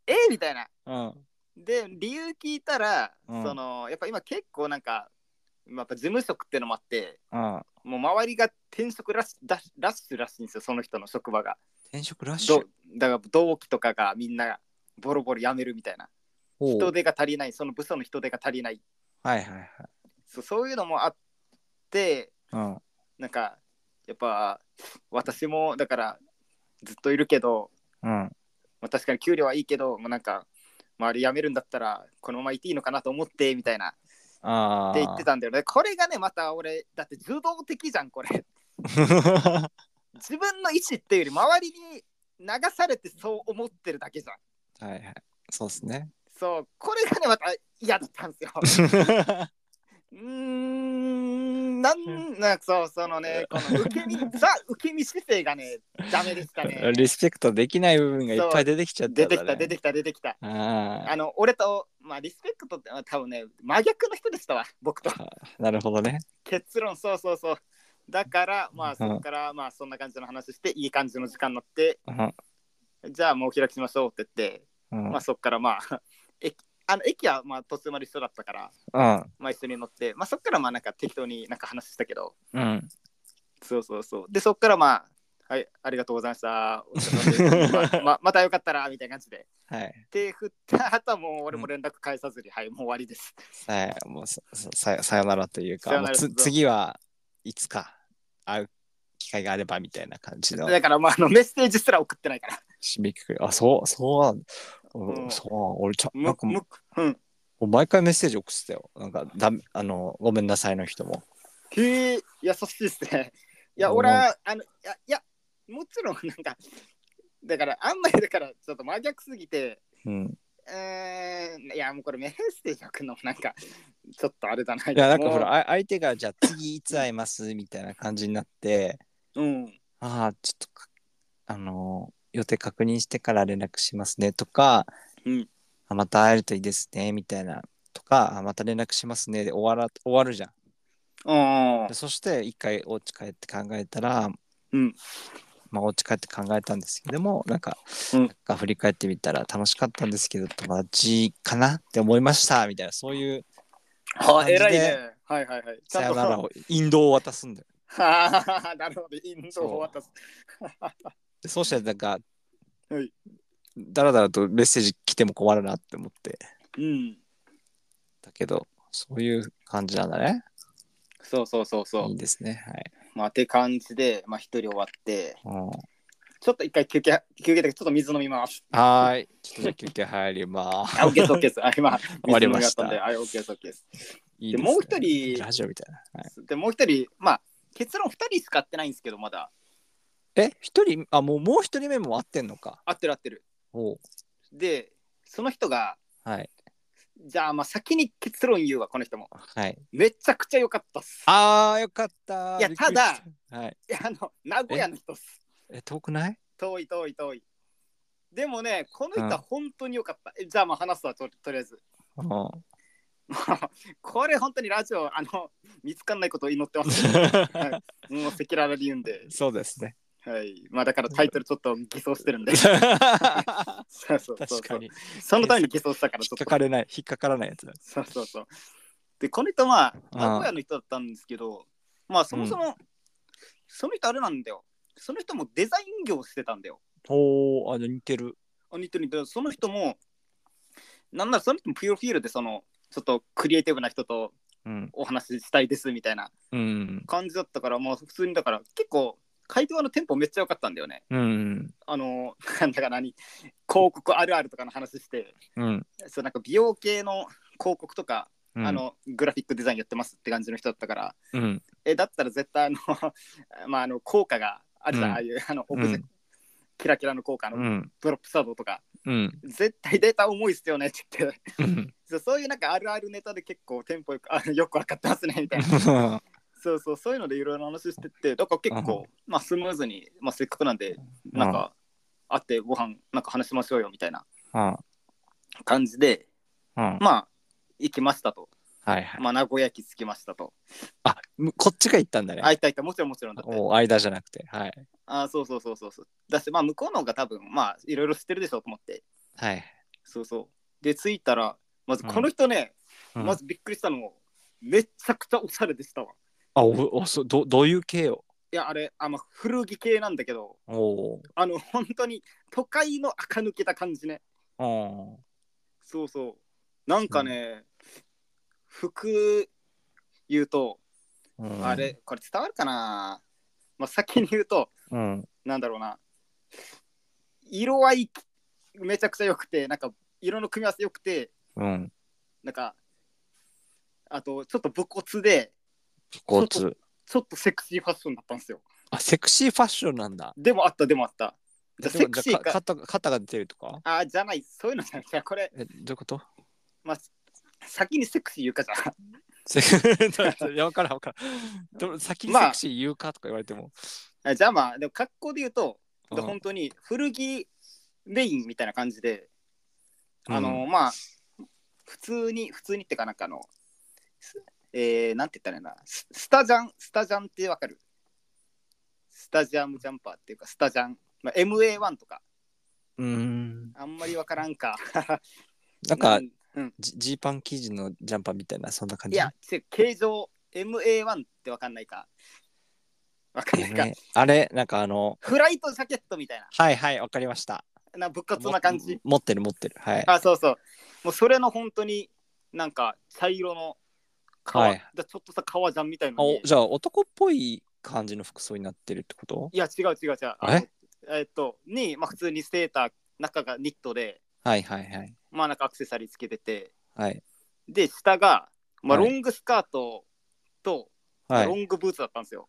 Speaker 1: えー、みたいな。
Speaker 2: うん
Speaker 1: で理由聞いたら、
Speaker 2: うん
Speaker 1: そのやっぱ今結構なんかまあやっぱ事務職ってのもあって
Speaker 2: うん
Speaker 1: もう周りが転職ラッシュラッシュラッシュらしいんですよその人の職場が。
Speaker 2: 転職ラッシ
Speaker 1: ど
Speaker 2: ュ
Speaker 1: だから同期とかがみんなボロボロ辞めるみたいな
Speaker 2: ほう
Speaker 1: 人手が足りないその部署の人手が足りない
Speaker 2: はいはいはい
Speaker 1: そうそういうのもあって
Speaker 2: うん
Speaker 1: なんかやっぱ私もだからずっといるけど、
Speaker 2: うん
Speaker 1: まあ、確かに給料はいいけどもうなんか周り辞めるんだったらこのままいていいのかなと思ってみたいな
Speaker 2: ああ
Speaker 1: って言ってたんだよねこれがねまた俺だって受動的じゃんこ れ自分の意思っていうより周りに流されてそう思ってるだけじゃん
Speaker 2: はいはい。そうですね。
Speaker 1: そうこれがねまた嫌だったんですよ うーん、なんなんかそう、そのね、この 受け身、ザ受け身姿勢がね、ダメでしたね。
Speaker 2: リスペクトできない部分がいっぱい出てきちゃった、
Speaker 1: 出てきた、出て
Speaker 2: き
Speaker 1: きた、出てきた。
Speaker 2: た。あ
Speaker 1: あの、俺と、まあ、リスペクトって、まあ多分ね、真逆の人でしたわ、僕と。
Speaker 2: あ、なるほどね。
Speaker 1: 結論、そうそうそう。だから、まあ、そこから、まあ、そんな感じの話して、いい感じの時間になって、
Speaker 2: うん
Speaker 1: じゃあ、もう開きましょうって言って、
Speaker 2: うん
Speaker 1: まあ、そこから、まあ、 駅あの駅は、まあ、途中まで一緒だったから、
Speaker 2: うん
Speaker 1: まあ、一緒に乗って、まあ、そこから、まあ、なんか適当になんか話したけど、
Speaker 2: うん
Speaker 1: そうそうそう。で、そっからまあ、はい、ありがとうございました。お疲れ様 ですまままたよかったら、みたいな感じで。
Speaker 2: はい
Speaker 1: 手振った後はもう俺も連絡返さずに、はい、もう終わりです。
Speaker 2: はいもうさささよならという
Speaker 1: さ
Speaker 2: か
Speaker 1: よなら
Speaker 2: もうつ
Speaker 1: そう
Speaker 2: 次はいつか会う機会があればみたいな感じの
Speaker 1: だから、まあ、あのメッセージすら送ってないから。
Speaker 2: 締めくくりあそうそうなん
Speaker 1: う
Speaker 2: うんん、そう俺ちゃんな
Speaker 1: む
Speaker 2: んかも
Speaker 1: むうん、
Speaker 2: う毎回メッセージ送ってたよなんかだめあのごめんなさいの人も
Speaker 1: へえ、優しいですね。いや、
Speaker 2: うん
Speaker 1: 俺は、あの、いや、いやもちろん、 なんか、だから、あんまりだから、ちょっと真逆すぎて、
Speaker 2: うん
Speaker 1: うーん、いや、もうこれメッセージ送るのもなんか、ちょっとあれだな。
Speaker 2: いやなんかほ
Speaker 1: も
Speaker 2: らあ相手がじゃあ次いつ会えますみたいな感じになって
Speaker 1: う、うん、
Speaker 2: ああ、ちょっとか、あのー予定確認してから連絡しますねとか、
Speaker 1: うん
Speaker 2: あまた会えるといいですね、みたいなとか、あまた連絡しますねで終わら終わるじゃん。
Speaker 1: うん
Speaker 2: でそして一回お家帰って考えたら、
Speaker 1: うん
Speaker 2: まあ、お家帰って考えたんですけどもなんか,、
Speaker 1: うん
Speaker 2: なんか振り返ってみたら楽しかったんですけど友達かなって思いましたみたいなそういう
Speaker 1: はあ、
Speaker 2: 感じで
Speaker 1: 偉いね。はいはいはい。ち
Speaker 2: さ
Speaker 1: ゃん
Speaker 2: よ
Speaker 1: と
Speaker 2: ならを引導を渡すんだよ。
Speaker 1: はあ、なるほど。インドを渡す。
Speaker 2: でそうしたらなんか、
Speaker 1: はい
Speaker 2: だらだらとメッセージ来ても困るなって思って
Speaker 1: うん。
Speaker 2: だけどそういう感じなんだね。
Speaker 1: そうそうそうそ
Speaker 2: いうい。ですね。はい
Speaker 1: まあ、て感じで、まあ、一人終わって、
Speaker 2: うん、
Speaker 1: ちょっと一回休憩、休憩でちょっと水飲みます。
Speaker 2: はーい。ちょっとじゃあ休憩入 ります。
Speaker 1: あ、オッケーです、オッケーです。あ、今、
Speaker 2: 終わりま
Speaker 1: 水飲み終
Speaker 2: した
Speaker 1: わったんで、はい、オッケーです、オッケーです。
Speaker 2: いい
Speaker 1: で、
Speaker 2: ですね
Speaker 1: もう一人
Speaker 2: ラ、ジオみたいな。はい、
Speaker 1: で、もう一人、まあ、結論二人しか会ってないんですけど、まだ。
Speaker 2: え、一人、あ、もう、もう一人目も会ってんのか。
Speaker 1: 合ってる合ってる。
Speaker 2: おう
Speaker 1: で、その人が、
Speaker 2: はい。
Speaker 1: じゃあ、まあ、先に結論言うわ、この人も。
Speaker 2: はい。
Speaker 1: めちゃくちゃ良かったっす。
Speaker 2: あー、よかった。
Speaker 1: いや
Speaker 2: びっくりした、はい。
Speaker 1: いや、あの、名古屋の人っす。
Speaker 2: え、遠くない
Speaker 1: 遠い遠い遠い。でもね、この人
Speaker 2: うん
Speaker 1: は本当に良かった。えじゃあまあ話すわ、ととりあえず。
Speaker 2: うん。
Speaker 1: これ本当にラジオ、あの、見つかんないことを祈って ます。はいもう赤裸々に言うんで。
Speaker 2: そうです ね。
Speaker 1: はい。まあだからタイトルちょっと偽装してるんで。そう
Speaker 2: 確
Speaker 1: そうそうそう
Speaker 2: かに。
Speaker 1: そのために偽装したからち
Speaker 2: 引
Speaker 1: ょっ
Speaker 2: っか
Speaker 1: と。
Speaker 2: かれない、引っかからないやつだ。
Speaker 1: そうそうそう。で、この人は
Speaker 2: うん
Speaker 1: 名古屋の人だったんですけど、まあそもそも、その人あれなんだよ。その人もデザイン業してたんだよ。
Speaker 2: おー、あ、じゃあ似てる。
Speaker 1: 似てる似てるその人もなんならその人もプロフィールでそのちょっとクリエイティブな人と
Speaker 2: うん。
Speaker 1: お話ししたいですみたいな
Speaker 2: うん。
Speaker 1: 感じだったからもう普通にだから結構会話のテンポめっちゃ良かったんだよね
Speaker 2: うん。
Speaker 1: あのなんだか何広告あるあるとかの話して
Speaker 2: うん。
Speaker 1: そうなんか美容系の広告とか、
Speaker 2: うん
Speaker 1: あ、のグラフィックデザインやってますって感じの人だったから
Speaker 2: うん。
Speaker 1: えだったら絶対あの まああの効果があるじゃん、
Speaker 2: うん
Speaker 1: ああいうあのオブジェクト、キラキラの効果
Speaker 2: う
Speaker 1: の
Speaker 2: ん。
Speaker 1: ドロップ作動とか
Speaker 2: うん。
Speaker 1: 絶対データ重いっ すよねって言って
Speaker 2: うん。
Speaker 1: そうそういうなんかあるあるネタで結構テンポよくあよく分かってますねみたいな そうそうそういうのでいろいろ話してってだから結構、まあ、スムーズに、まあ、せっかくなんでなんか会ってご飯なんか話しましょうよみたいな
Speaker 2: うん。
Speaker 1: 感じで
Speaker 2: うん。
Speaker 1: まあ行きましたと、
Speaker 2: はいはい。
Speaker 1: まあ、名古屋駅着きましたと
Speaker 2: あ、むこっちが行ったんだね。
Speaker 1: 会いたいってもちろんもちろんだって
Speaker 2: お間じゃなくて。はい。
Speaker 1: あーそうそうそうそうそうだしまあ向こうの方が多分まあいろいろ知ってるでしょうと思って
Speaker 2: はい。
Speaker 1: そうそうで着いたらまずこの人ね、
Speaker 2: うん
Speaker 1: まずびっくりしたのもめちゃくちゃおしゃれでしたわ
Speaker 2: あ、お、お、そう、ど、どういう系よ。
Speaker 1: いやあれあ、まあ、古着系なんだけど
Speaker 2: お
Speaker 1: あの本当に都会の垢抜けた感じね
Speaker 2: お。
Speaker 1: そうそうなんかね、服言うと、
Speaker 2: うん。
Speaker 1: あ。れこれ伝わるかな、まあ、先に言うと
Speaker 2: うん。
Speaker 1: なんだろうな色合いめちゃくちゃ良くてなんか色の組み合わせ良くて
Speaker 2: うん。
Speaker 1: なんかあとちょっと武骨で
Speaker 2: 交通。
Speaker 1: ちょっとセクシーファッションだったんですよ
Speaker 2: あ、セクシーファッションなんだ。
Speaker 1: でもあったでもあったじゃあ
Speaker 2: で
Speaker 1: セ
Speaker 2: も
Speaker 1: クシー
Speaker 2: じゃあ
Speaker 1: か
Speaker 2: 肩が、肩が出てるとか。
Speaker 1: あじゃないそういうのじゃなくてこれ、
Speaker 2: え、どういうこと。
Speaker 1: まあ、先にセクシー言うかじゃん
Speaker 2: セクちょっといや、わからん、わからん。ど、先に
Speaker 1: まあ
Speaker 2: セクシー言うかとか言われても。
Speaker 1: あじゃあまあでも格好で言うと、で
Speaker 2: うん
Speaker 1: 本当に古着メインみたいな感じで、あの
Speaker 2: うん
Speaker 1: まあ普通に普通にってかなんかあのすえー、なんて言ったらいいのかなススタジャンスタジャンってわかるスタジアムジャンパーっていうかスタジャン、まあ、MA1 とか
Speaker 2: うん。
Speaker 1: あんまりわからんか
Speaker 2: なんか
Speaker 1: う、うん、
Speaker 2: ジジーパン生地のジャンパーみたいな、そんな感
Speaker 1: い
Speaker 2: じ。
Speaker 1: や違う形状 MA1 ってわかんないかわかんないか、
Speaker 2: ねあれ、なんか、あの。
Speaker 1: フライトジャケットみたい
Speaker 2: はい、はい、わかりました。
Speaker 1: ななぶっかつな感じ
Speaker 2: も持ってる、持ってる。はい。
Speaker 1: あそうそうもうそれの本当になんか茶色の革、
Speaker 2: はい
Speaker 1: だちょっとさ革ジャンみたいな
Speaker 2: あ
Speaker 1: の
Speaker 2: お
Speaker 1: に
Speaker 2: じゃあ男っぽい感じの服装になってるってこと
Speaker 1: いや違う違う違うあの
Speaker 2: え
Speaker 1: えっとに、まあ、普通にセーター中がニットで
Speaker 2: はいはいはい
Speaker 1: まあなんかアクセサリーつけてて
Speaker 2: はい
Speaker 1: で下が、まあ、
Speaker 2: は
Speaker 1: ロ
Speaker 2: い
Speaker 1: ングスカートと、
Speaker 2: は
Speaker 1: ロ
Speaker 2: い
Speaker 1: ングブーツだったんですよ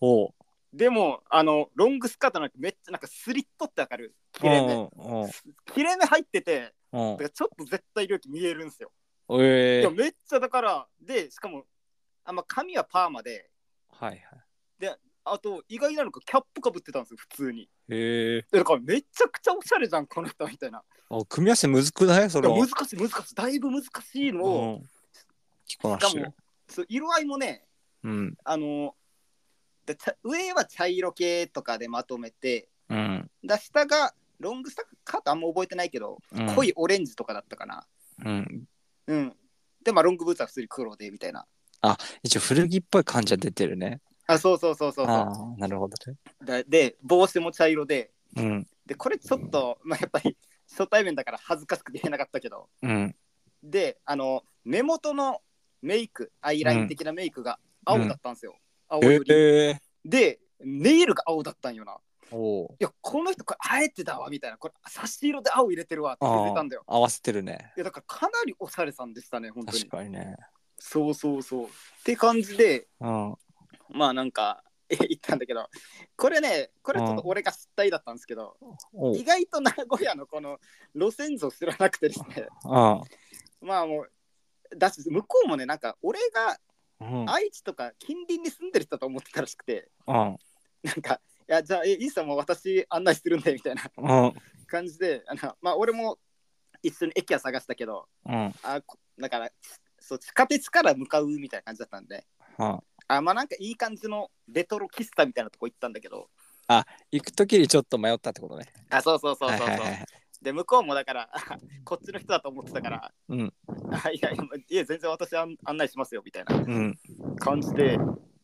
Speaker 2: おう
Speaker 1: でもあのロングスカートなんかめっちゃなんかスリットってわかる切れ目
Speaker 2: うんうん
Speaker 1: 切れ目入ってて
Speaker 2: うん
Speaker 1: だからちょっと絶対領気見えるんですよい
Speaker 2: ええ
Speaker 1: やめっちゃだからでしかもあんま髪はパーマで
Speaker 2: はいはい
Speaker 1: であと意外なのかキャップかぶってたんですよ普通に
Speaker 2: へえ。
Speaker 1: だからめちゃくちゃおしゃれじゃんこの人みたいな
Speaker 2: あ、組み合わせむずくないそ
Speaker 1: いや
Speaker 2: れ。
Speaker 1: 難しい難しいだいぶ難しいのを、
Speaker 2: うん着こなし
Speaker 1: してか
Speaker 2: る
Speaker 1: も。そう色合いもね
Speaker 2: うん。
Speaker 1: あので茶上は茶色系とかでまとめて
Speaker 2: うん。
Speaker 1: だ下がロングスタかとあんま覚えてないけど、
Speaker 2: うん
Speaker 1: 濃。いオレンジとかだったかな
Speaker 2: うん。
Speaker 1: うんでまあロングブーツは普通に黒でみたいな
Speaker 2: 一応古着っぽい感じは出てるね。
Speaker 1: あそうそうそうそう
Speaker 2: あ
Speaker 1: そ
Speaker 2: あ、なるほどね。
Speaker 1: うだで帽子も茶色で
Speaker 2: うん。
Speaker 1: でこれちょっと、まあ、やっぱり初対面だから恥ずかしくて言えなかったけど
Speaker 2: うん。
Speaker 1: であの目元のメイクアイライン的なメイクが青だったんですよ、青
Speaker 2: へ
Speaker 1: より、
Speaker 2: え。
Speaker 1: でネイルが青だったんよな
Speaker 2: おお。
Speaker 1: いやこの人これあえてだわみたいなこれ差し色で青入れてるわって気づいたんだよ
Speaker 2: 合わせてるね。
Speaker 1: いやだからかなりおしゃれさんでしたね本当
Speaker 2: 確
Speaker 1: に
Speaker 2: かにね。
Speaker 1: そうそうそうって感じで
Speaker 2: うん。
Speaker 1: まあなんかえ言ったんだけどこれねこれちょっと俺が失態だったんですけど、
Speaker 2: お
Speaker 1: 意外と名古屋のこの路線図を知らなくてですね
Speaker 2: あ
Speaker 1: まあもうだし向こうもねなんか俺が
Speaker 2: あ。うん。
Speaker 1: 愛知とか近隣に住んでる人だと思ってたらしくて
Speaker 2: うん。
Speaker 1: なんか「いやじゃあえいいっすよもう私案内するんで」みたいな
Speaker 2: うん。
Speaker 1: 感じであのまあ俺も一緒に駅は探したけど
Speaker 2: うん。
Speaker 1: あこだからそう地下鉄から向かうみたいな感じだったんで
Speaker 2: うん。
Speaker 1: あまあなんかいい感じのレトロ喫茶みたいなとこ行ったんだけど
Speaker 2: 行くときにちょっと迷ったってことね。
Speaker 1: あそうそうそうそう
Speaker 2: は
Speaker 1: そ、
Speaker 2: いうはいはい。
Speaker 1: で向こうもだから こっちの人だと思ってたから「
Speaker 2: うん
Speaker 1: あいやいやいや全然私案案内しますよ」みたいな
Speaker 2: うん。
Speaker 1: 感じで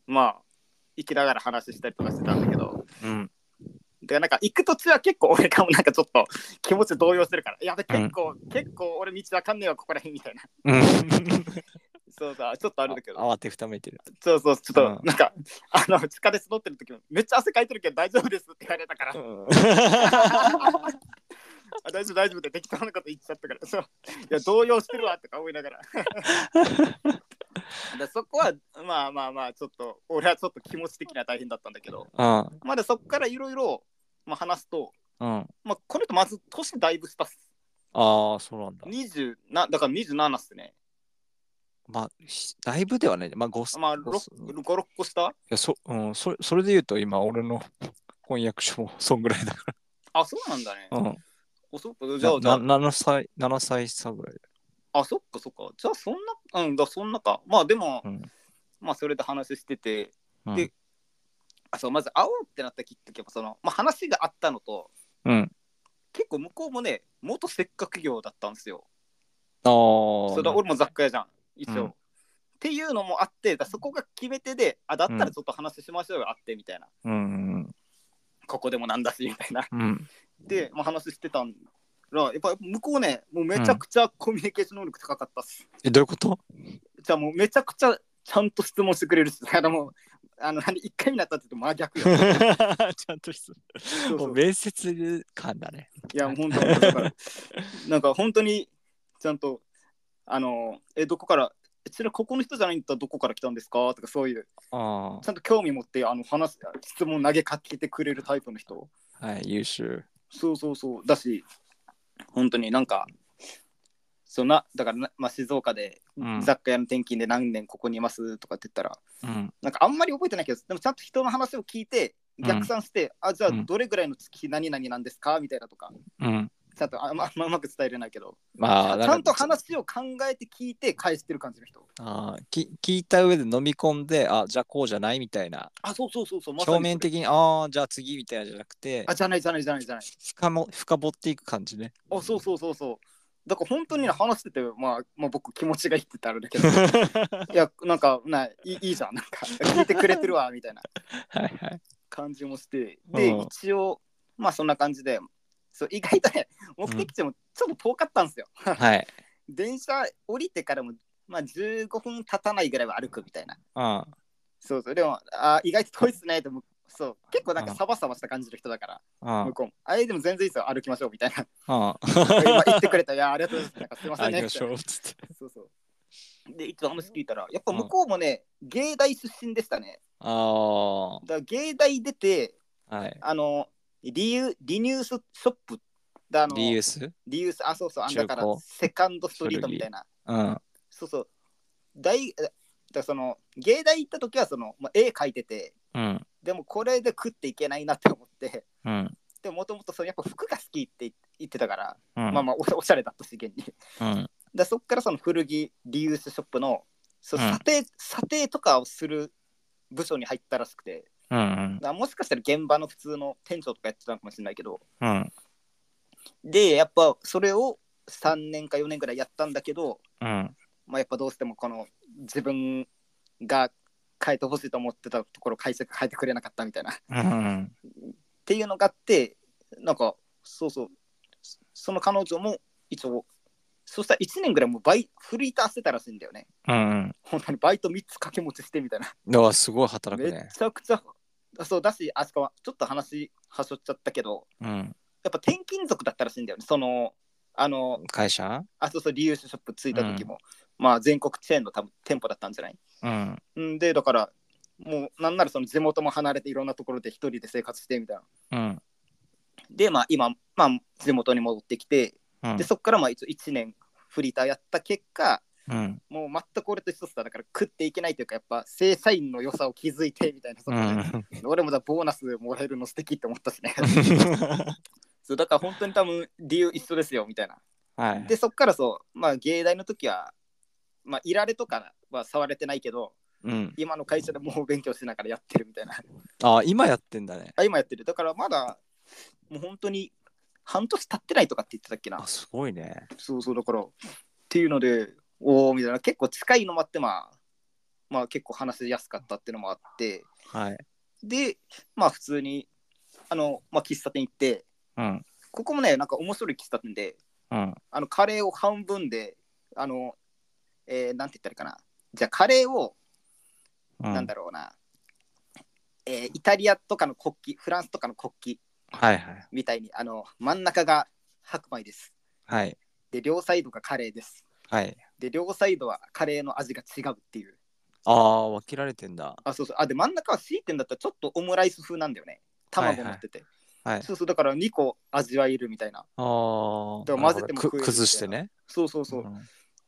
Speaker 1: まあ行きながら話したりとかしてたんだけど
Speaker 2: うん。
Speaker 1: でなんか行く途中は結構俺かもなんかちょっと気持ち動揺してるから「やべ
Speaker 2: うん
Speaker 1: 結構、結構俺道わかんねえわここら辺」みたいな
Speaker 2: うん。
Speaker 1: そうそうちょっとあるんだけど
Speaker 2: 慌てふためいてる。
Speaker 1: そうそう、ちょっと、
Speaker 2: うん
Speaker 1: なんか、あの、地下鉄乗ってる時も、めっちゃ汗かいてるけど大丈夫ですって言われたから、 あ大丈夫、大丈夫って適当なこと言っちゃったから、そう、いや、動揺してるわとか思いながら。 でそこは、まあまあまあ、ちょっと、俺はちょっと気持ち的には大変だったんだけど、
Speaker 2: うん。
Speaker 1: まあでそこからいろいろまあ話すと、
Speaker 2: うん。あ
Speaker 1: まあ、これとまず年だいぶしたっす。
Speaker 2: あ、そうなんだ。
Speaker 1: 20な、だから27っすね。
Speaker 2: まあ、しだいぶではない。まあ、5
Speaker 1: まあ、
Speaker 2: い
Speaker 1: 6、5、6個した
Speaker 2: や、そ、うん、それ、それで言うと、今、俺の婚約書もそんぐらいだか
Speaker 1: あ、そうなんだね。
Speaker 2: ら。うん。
Speaker 1: おそっか、じゃあ、じゃあ
Speaker 2: な、7歳、7歳差ぐらい。
Speaker 1: あ、そっかそっか。じゃあそんな、うん、だそんなか。まあでも、
Speaker 2: うん
Speaker 1: まあそれで話してて、
Speaker 2: うん
Speaker 1: で、あそうまず会おうってなったきっかけは、その、まあ話があったのと、
Speaker 2: うん。
Speaker 1: 結構向こうもね、元せっかく業だったんですよ。
Speaker 2: ああ。
Speaker 1: それだ俺も雑貨屋じゃん、一応。
Speaker 2: うん
Speaker 1: っていうのもあって、だそこが決め手で、あ、だったらちょっと話しましょうよ、あってみたいな。
Speaker 2: うんうん
Speaker 1: ここでもなんだし、みたいな。
Speaker 2: うん。うん。
Speaker 1: で、まあ話してたんら、やっぱ向こうね、もうめちゃくちゃコミュニケーション能力高かったっす。
Speaker 2: え、どういうこと
Speaker 1: じゃあもうめちゃくちゃちゃんと質問してくれるし、あのもう、あの、何一回になったって言って真逆
Speaker 2: ち
Speaker 1: よ。
Speaker 2: ゃんと質
Speaker 1: そう
Speaker 2: も
Speaker 1: そうう
Speaker 2: 面接感だね。
Speaker 1: いや、本当に、だからなんか本当にちゃんと、あの、え、どこから、えちなみにここの人じゃないんだったらどこから来たんですかとかそういう、
Speaker 2: あ
Speaker 1: ちゃんと興味持って、あの、話す、質問投げかけてくれるタイプの人。
Speaker 2: あ。はい、優秀。
Speaker 1: そうそうそう。だし、本当になんか、そうな、だからな、まあ、静岡で
Speaker 2: うん
Speaker 1: 雑貨屋の転勤で何年ここにいますとかって言ったら、
Speaker 2: うん。
Speaker 1: なんかあんまり覚えてないけど、でもちゃんと人の話を聞いて、
Speaker 2: うん
Speaker 1: 逆算して、あ、じゃあ
Speaker 2: うん
Speaker 1: どれぐらいの月何々なんですかみたいなとか、
Speaker 2: うん。
Speaker 1: ちゃんとあんまあんまうまく伝えれないけど、
Speaker 2: まあ、
Speaker 1: ち
Speaker 2: な
Speaker 1: ゃんと
Speaker 2: か
Speaker 1: 話を考えて聞いて返してる感じの人。
Speaker 2: ああき聞いた上で飲み込んで、あじゃあこうじゃないみたいな、
Speaker 1: あ、そうそうそうそう、
Speaker 2: 表面
Speaker 1: にそれ。
Speaker 2: 的に、ああ、じゃあ次みたいなじゃなくて、
Speaker 1: あ、じゃないじゃないじゃないじゃない。
Speaker 2: 深も深掘っていく感じ ね。
Speaker 1: あ、そうそうそうそう。だから本当にね話してて、まあ、まあ、僕気持ちがいいって言ったらあれだけど、いや、なんか、ないいいいじゃん、なんか、聞いてくれてる わ、みたいな
Speaker 2: はいはい。
Speaker 1: 感じもして、で、
Speaker 2: うん
Speaker 1: 一応、まあそんな感じで、そう意外とね、目的地もちょっと遠かったんですよ。
Speaker 2: はい。
Speaker 1: 電車降りてからも、まあ、15分経たないぐらいは歩くみたいな。
Speaker 2: あ
Speaker 1: そうそう。でも、あー意外と遠いっすねって。でもそう結構なんか
Speaker 2: うん
Speaker 1: サバサバした感じの人だから、
Speaker 2: あ
Speaker 1: 向こうも。あれでも全然いいですよ、歩きましょうみたい な。
Speaker 2: ああ
Speaker 1: 今言ってくれた、いや、ありがとうございます。なんかすいませ
Speaker 2: あ
Speaker 1: んね
Speaker 2: 行
Speaker 1: っ
Speaker 2: き
Speaker 1: て。
Speaker 2: ましょ。
Speaker 1: そう
Speaker 2: つって。
Speaker 1: うそう。で、いつも話聞いたら、やっぱ向こうもね、芸大出身でしたね。
Speaker 2: ああ。は
Speaker 1: だから芸大出て、
Speaker 2: い。
Speaker 1: あの、リユリニュースショップ。だあの
Speaker 2: リユース
Speaker 1: リユース、あ、そうそう、あんだから
Speaker 2: 中古
Speaker 1: セカンドストリートみたいな。
Speaker 2: うん。
Speaker 1: そうそう。大えだからその芸大行った時はその、まあ、絵描いてて
Speaker 2: うん。
Speaker 1: でもこれで食っていけないなって思って
Speaker 2: うん。
Speaker 1: でもともとそのやっぱ服が好きって言ってたから、
Speaker 2: うん。
Speaker 1: まあまあおしゃおしゃれだったし現に
Speaker 2: うん。
Speaker 1: でそっからその古着リユースショップのそう
Speaker 2: うん
Speaker 1: 査定、査定とかをする部署に入ったらしくて
Speaker 2: うん。
Speaker 1: だからもしかしたら現場の普通の店長とかやってたのかもしれないけど
Speaker 2: うん。
Speaker 1: でやっぱそれを3年か4年ぐらいやったんだけど、
Speaker 2: うん。
Speaker 1: まあ、やっぱどうしてもこの自分が変えてほしいと思ってたところ会社が変えてくれなかったみたいな
Speaker 2: うん。
Speaker 1: っていうのがあってなんかそうそうそその彼女も一応そしたら1年ぐらいもうバイフリーターしてたらしいんだよね
Speaker 2: うん。
Speaker 1: 本当にバイト3つ掛け持ちしてみたいな、
Speaker 2: だからすごい働
Speaker 1: め
Speaker 2: く
Speaker 1: っ
Speaker 2: ね。
Speaker 1: ちゃくちゃそうだしあしかもちょっと話はしょっちゃったけど
Speaker 2: うん。
Speaker 1: やっぱ転勤族だったらしいんだよねそのあの
Speaker 2: 会社
Speaker 1: あそうそうリユースショップ着いた時も、まあ全国チェーンの多分店舗だったんじゃない
Speaker 2: うん。
Speaker 1: んでだからもうなんならその地元も離れていろんなところで一人で生活してみたいな
Speaker 2: うん。
Speaker 1: でまあ今、まあ、地元に戻ってきて
Speaker 2: うん
Speaker 1: で。そこからまあ一応1年フリーターやった結果
Speaker 2: うん。
Speaker 1: もう全く俺と一つだだから食っていけないというかやっぱ正社員の良さを気づいてみたいなそこ
Speaker 2: う
Speaker 1: で、
Speaker 2: ん。
Speaker 1: 俺もだボーナスもらえるの素敵って思ったしね そうだから本当に多分理由一緒ですよみたいな
Speaker 2: はい。
Speaker 1: でそっからそうまあ芸大の時はまあいられとかは触れてないけど
Speaker 2: うん。
Speaker 1: 今の会社でもう勉強しながらやってるみたいな
Speaker 2: あ、今やってんだね。
Speaker 1: あ今やってるだからまだもう本当に半年経ってないとかって言ってたっけな
Speaker 2: あ、すごいね。
Speaker 1: そうそうだからっていうのでおおみたいな結構近いのもあってまあまあ結構話しやすかったっていうのもあって
Speaker 2: はい。
Speaker 1: でまあ普通にあの、まあ、喫茶店行って
Speaker 2: うん。
Speaker 1: ここもねなんか面白い喫茶店で
Speaker 2: うん。
Speaker 1: あのカレーを半分であの、えーなんて言ったらいいかなじゃあカレーを、
Speaker 2: う
Speaker 1: なんだろうな、えーイタリアとかの国旗フランスとかの国旗
Speaker 2: はいはい。
Speaker 1: みたいにあの真ん中が白米です
Speaker 2: はい。
Speaker 1: で両サイドがカレーです
Speaker 2: はい。
Speaker 1: で両サイドはカレーの味が違うっていう
Speaker 2: ああ、分けられてんだ。
Speaker 1: あそうそうあで真ん中は C 点だったらちょっとオムライス風なんだよね卵持ってて、
Speaker 2: はい。
Speaker 1: そうそうだから2個味わえるみたいな
Speaker 2: ああ。
Speaker 1: だから混ぜても食えるみたいな
Speaker 2: く崩してね。
Speaker 1: そうそうそう、
Speaker 2: ん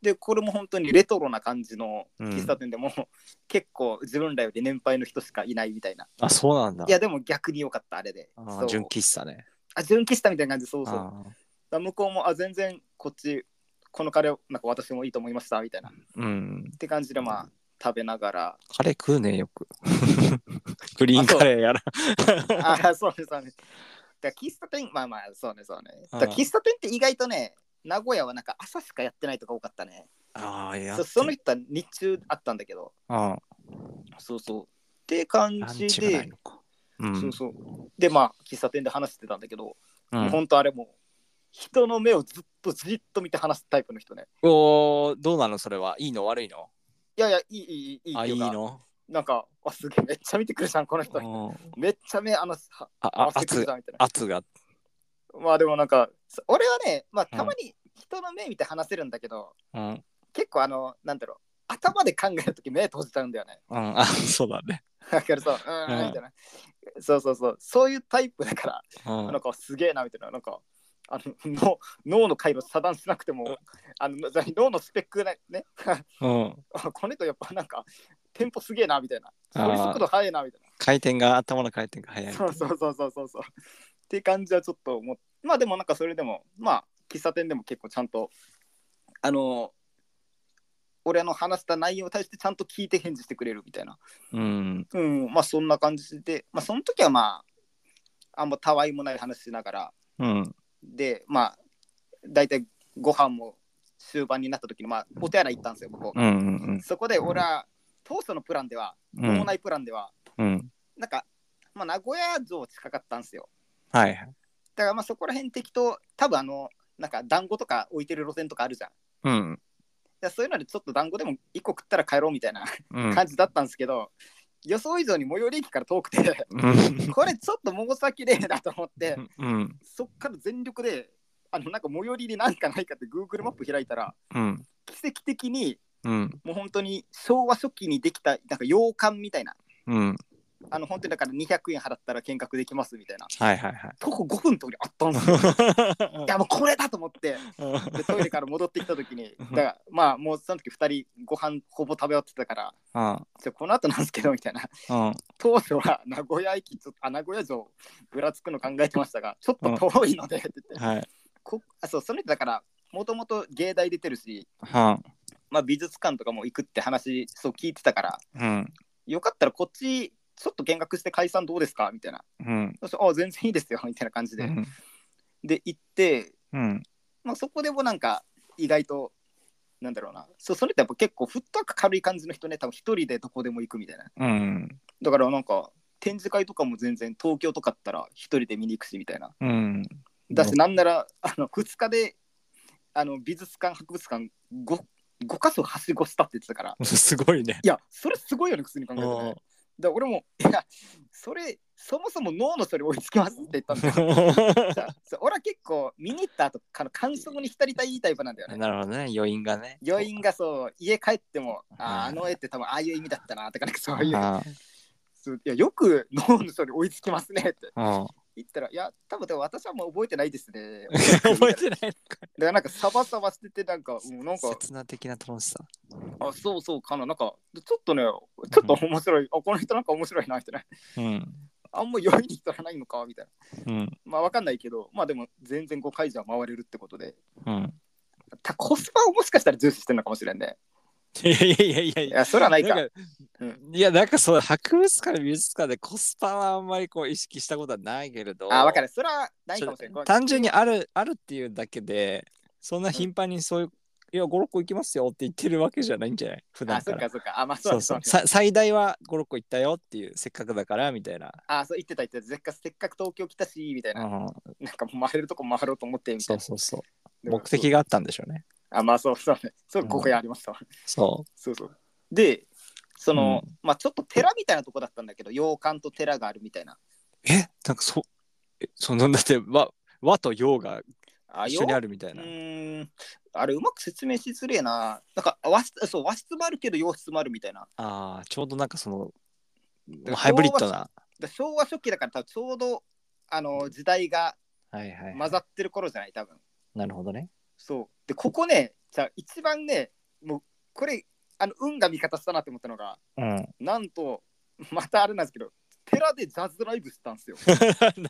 Speaker 1: でこれも本当にレトロな感じの
Speaker 2: うん
Speaker 1: 喫茶店でも、 結構自分らより年配の人しかいないみたいな
Speaker 2: あ、そうなんだ。
Speaker 1: いやでも逆に良かったあれで
Speaker 2: あ
Speaker 1: そ
Speaker 2: ー
Speaker 1: う
Speaker 2: 純喫茶ね。
Speaker 1: あ純喫茶みたいな感じそうそうだか
Speaker 2: あー
Speaker 1: ら向こうもあ全然こっちこのカレーなんか私もいいと思いましたみたいなっ
Speaker 2: うん。
Speaker 1: て感じでまあ食べながら
Speaker 2: カレー食うね、 よく。グリーンカレーやら。
Speaker 1: ああ、そうね、そうね。だから喫茶店、まあまあ、そうね、そうね。だから
Speaker 2: うん
Speaker 1: 喫茶店って意外とね、名古屋はなんか朝しかやってないとか多かったね。
Speaker 2: ああ、いや
Speaker 1: そ。その人は日中あったんだけど、
Speaker 2: うん。
Speaker 1: そうそう。って感
Speaker 2: ラン
Speaker 1: じ
Speaker 2: チがな
Speaker 1: で
Speaker 2: い、のか。うん。
Speaker 1: そうそう。で、まあ、喫茶店で話してたんだけど、
Speaker 2: う、
Speaker 1: もうん本当あれもう、人の目をずっとじっと見て話すタイプの人ね。
Speaker 2: おーどうなのそれは。いいの悪いの
Speaker 1: いやいや、いい、いい、いい。
Speaker 2: あ、いい
Speaker 1: ってうか
Speaker 2: の
Speaker 1: なんか、あ、すげえ、めっちゃ見てくるじゃん、この人。
Speaker 2: うん
Speaker 1: めっちゃ目あのは
Speaker 2: あ、
Speaker 1: 合
Speaker 2: あ
Speaker 1: わ、せてくる
Speaker 2: 圧
Speaker 1: じ、ゃん、みたいな。
Speaker 2: 圧が。
Speaker 1: まあでもなんか、そ俺はね、まあたまに人の目見て話せるんだけど、
Speaker 2: うん。うん。
Speaker 1: 結構あの、なんだろう、頭で考えるとき目閉じちゃうんだよね。
Speaker 2: あ、 そうだね。
Speaker 1: だからそう、うーん、みたいな。そうそうそう、そういうタイプだから、
Speaker 2: うん
Speaker 1: なんかすげえな、みたいな。なんか、あの脳脳の回路遮断しなくても、あのじゃあ脳のスペックね、 ね
Speaker 2: うん。
Speaker 1: あこの人やっぱなんか、テンポすげえな、みたいな。処理速度速いな、みたい
Speaker 2: 回転が、頭の回転が速
Speaker 1: な。
Speaker 2: い。
Speaker 1: そうそうそうそうそうそう。っていう感じはちょっと思っまあでもなんかそれでも、まあ、喫茶店でも結構ちゃんと、あの俺の話した内容に対してちゃんと聞いて返事してくれるみたいな。
Speaker 2: うん。
Speaker 1: うん、まあそんな感じで、まあその時はまあ、あんまたわいもない話しながら、
Speaker 2: うん。
Speaker 1: で、まあ、大体ご飯も終盤になった時に、まあ、お手洗い行ったんですよ、ここ。
Speaker 2: うん。うん。
Speaker 1: そこで俺は、当初のプランでは、
Speaker 2: う
Speaker 1: 脳
Speaker 2: ん。
Speaker 1: 内プランでは、
Speaker 2: うん。
Speaker 1: なんか、まあ、名古屋城近かったんですよ。
Speaker 2: はいはい。
Speaker 1: だからまあそこら辺適当、多分あの、なんか団子とか置いてる路線とかあるじゃん。
Speaker 2: うん。
Speaker 1: だからそういうのでちょっと団子でも1個食ったら帰ろうみたいな
Speaker 2: うん。
Speaker 1: 感じだったんですけど、予想以上に最寄り駅から遠くて。
Speaker 2: うん
Speaker 1: これちょっともさきれいなと思って、
Speaker 2: うん。
Speaker 1: そっから全力で、あのなんか最寄りになんかないかって Google マップ開いたら、
Speaker 2: うん。
Speaker 1: 奇跡的に
Speaker 2: うん。
Speaker 1: もう本当に昭和初期にできたなんか洋館みたいな、
Speaker 2: うん。
Speaker 1: あの本当にだから200円払ったら見学できますみたいな
Speaker 2: はいはいはい。
Speaker 1: 徒歩5分のとこにあったんですよいやもうこれだと思ってでトイレから戻ってきた時にだからまあもうその時2人ご飯ほぼ食べ終わってたから
Speaker 2: うん
Speaker 1: ちょこの後なんですけどみたいな
Speaker 2: うん
Speaker 1: 当初は名古屋駅ちょっとあ名古屋城ぐらつくの考えてましたがちょっと遠いのでって言って、
Speaker 2: はい。
Speaker 1: こあそうその人だからもともと芸大出てるし、
Speaker 2: は
Speaker 1: まあ、美術館とかも行くって話そう聞いてたから
Speaker 2: んうん
Speaker 1: よかったらこっちちょっと見学して解散どうですかみたいな
Speaker 2: うん
Speaker 1: そしたらあ全然いいですよ みたいな感じ
Speaker 2: う
Speaker 1: で、
Speaker 2: ん
Speaker 1: で行って、
Speaker 2: うん
Speaker 1: まあ、そこでもなんか意外となんだろうなそうそれってやっぱ結構フットワーク軽い感じの人ね多分一人でどこでも行くみたいな
Speaker 2: うん
Speaker 1: だからなんか展示会とかも全然東京とかだったら一人で見に行くしみたいな
Speaker 2: うん。
Speaker 1: だしなんならあの2日であの美術館博物館 5, 5箇所はしごしたって言ってたから
Speaker 2: すごいね。
Speaker 1: いやそれすごいよね普通に考 えて
Speaker 2: うん
Speaker 1: ねだから俺もいやそれそもそも脳の処理追いつきますって言ったん だよさそう俺は結構見に行った後あの感想に浸りたいタイプなんだよね
Speaker 2: なるほどね、余韻がね。
Speaker 1: 余韻がそう家帰ってもあーあ
Speaker 2: うん
Speaker 1: の絵って多分ああいう意味だったなとかなんかそういう
Speaker 2: あ
Speaker 1: そういやよく脳の処理追いつきますねって
Speaker 2: あうん
Speaker 1: 言ったらいや多分でも私はもう覚えてないですね
Speaker 2: 覚えてない
Speaker 1: だからなんかサバサバしててなんか、うん、なんか
Speaker 2: 切な的な楽しさ。
Speaker 1: あそうそうかななんかちょっとねちょっと面白い、あこの人なんか面白いなみたいな
Speaker 2: うん。
Speaker 1: あんま余韻に人らないのかみたいな
Speaker 2: うん。
Speaker 1: まあわかんないけどまあでも全然5回じゃ回れるってことで
Speaker 2: うん。
Speaker 1: たコスパをもしかしたら重視してるのかもしれんね
Speaker 2: いやいやいやい
Speaker 1: い
Speaker 2: や。
Speaker 1: やそれはないか
Speaker 2: なんか
Speaker 1: うん
Speaker 2: いやなんかそう博物館美術館でコスパはあんまりこう意識したことはないけれど
Speaker 1: あわかるそれはないかもしれ
Speaker 2: そ
Speaker 1: な
Speaker 2: う
Speaker 1: い
Speaker 2: 単純にあるあるっていうだけでそんな頻繁にそういう、いや56個行きますよって言ってるわけじゃないんじゃない
Speaker 1: あ
Speaker 2: 普段
Speaker 1: そ
Speaker 2: か
Speaker 1: っ
Speaker 2: ら
Speaker 1: かそっかあまあそう
Speaker 2: そう
Speaker 1: だそ
Speaker 2: そうう
Speaker 1: だ
Speaker 2: さ最大は56個行ったよっていうせっかくだからみたいな、
Speaker 1: あそう言ってた言ってたせっかくせっかく東京来たしみたいうな、
Speaker 2: ん、
Speaker 1: なんかもう回れるとこ回ろうと思ってみた
Speaker 2: そ
Speaker 1: いうな
Speaker 2: そうそう
Speaker 1: でも
Speaker 2: 目的があったんでしょうね
Speaker 1: あまあそうそうねそう
Speaker 2: うん
Speaker 1: 5回ありましたわ、
Speaker 2: そ
Speaker 1: そうそうでその、
Speaker 2: う
Speaker 1: まあちょっと寺みたいなとこだったんだけど洋館と寺があるみたいな
Speaker 2: うえなんかそえそんなんだって和和と洋が
Speaker 1: あ
Speaker 2: 一緒にあるみたいうな
Speaker 1: ーんあれうまく説明しづれえな。なんか和室そう和室もあるけど洋室もあるみたいな。
Speaker 2: あーちょうどなんかその
Speaker 1: から
Speaker 2: ハイブリッドな
Speaker 1: で昭和初期だから多分ちょうどあの時代が
Speaker 2: はいはい、
Speaker 1: 混ざってる頃じゃない多分。
Speaker 2: なるほどね
Speaker 1: そう。でここねじゃあ一番ねもうこれあの運が味方したなって思ったのが
Speaker 2: うん
Speaker 1: なんとまたあれなんですけど寺でジャズライブしたんで すよ。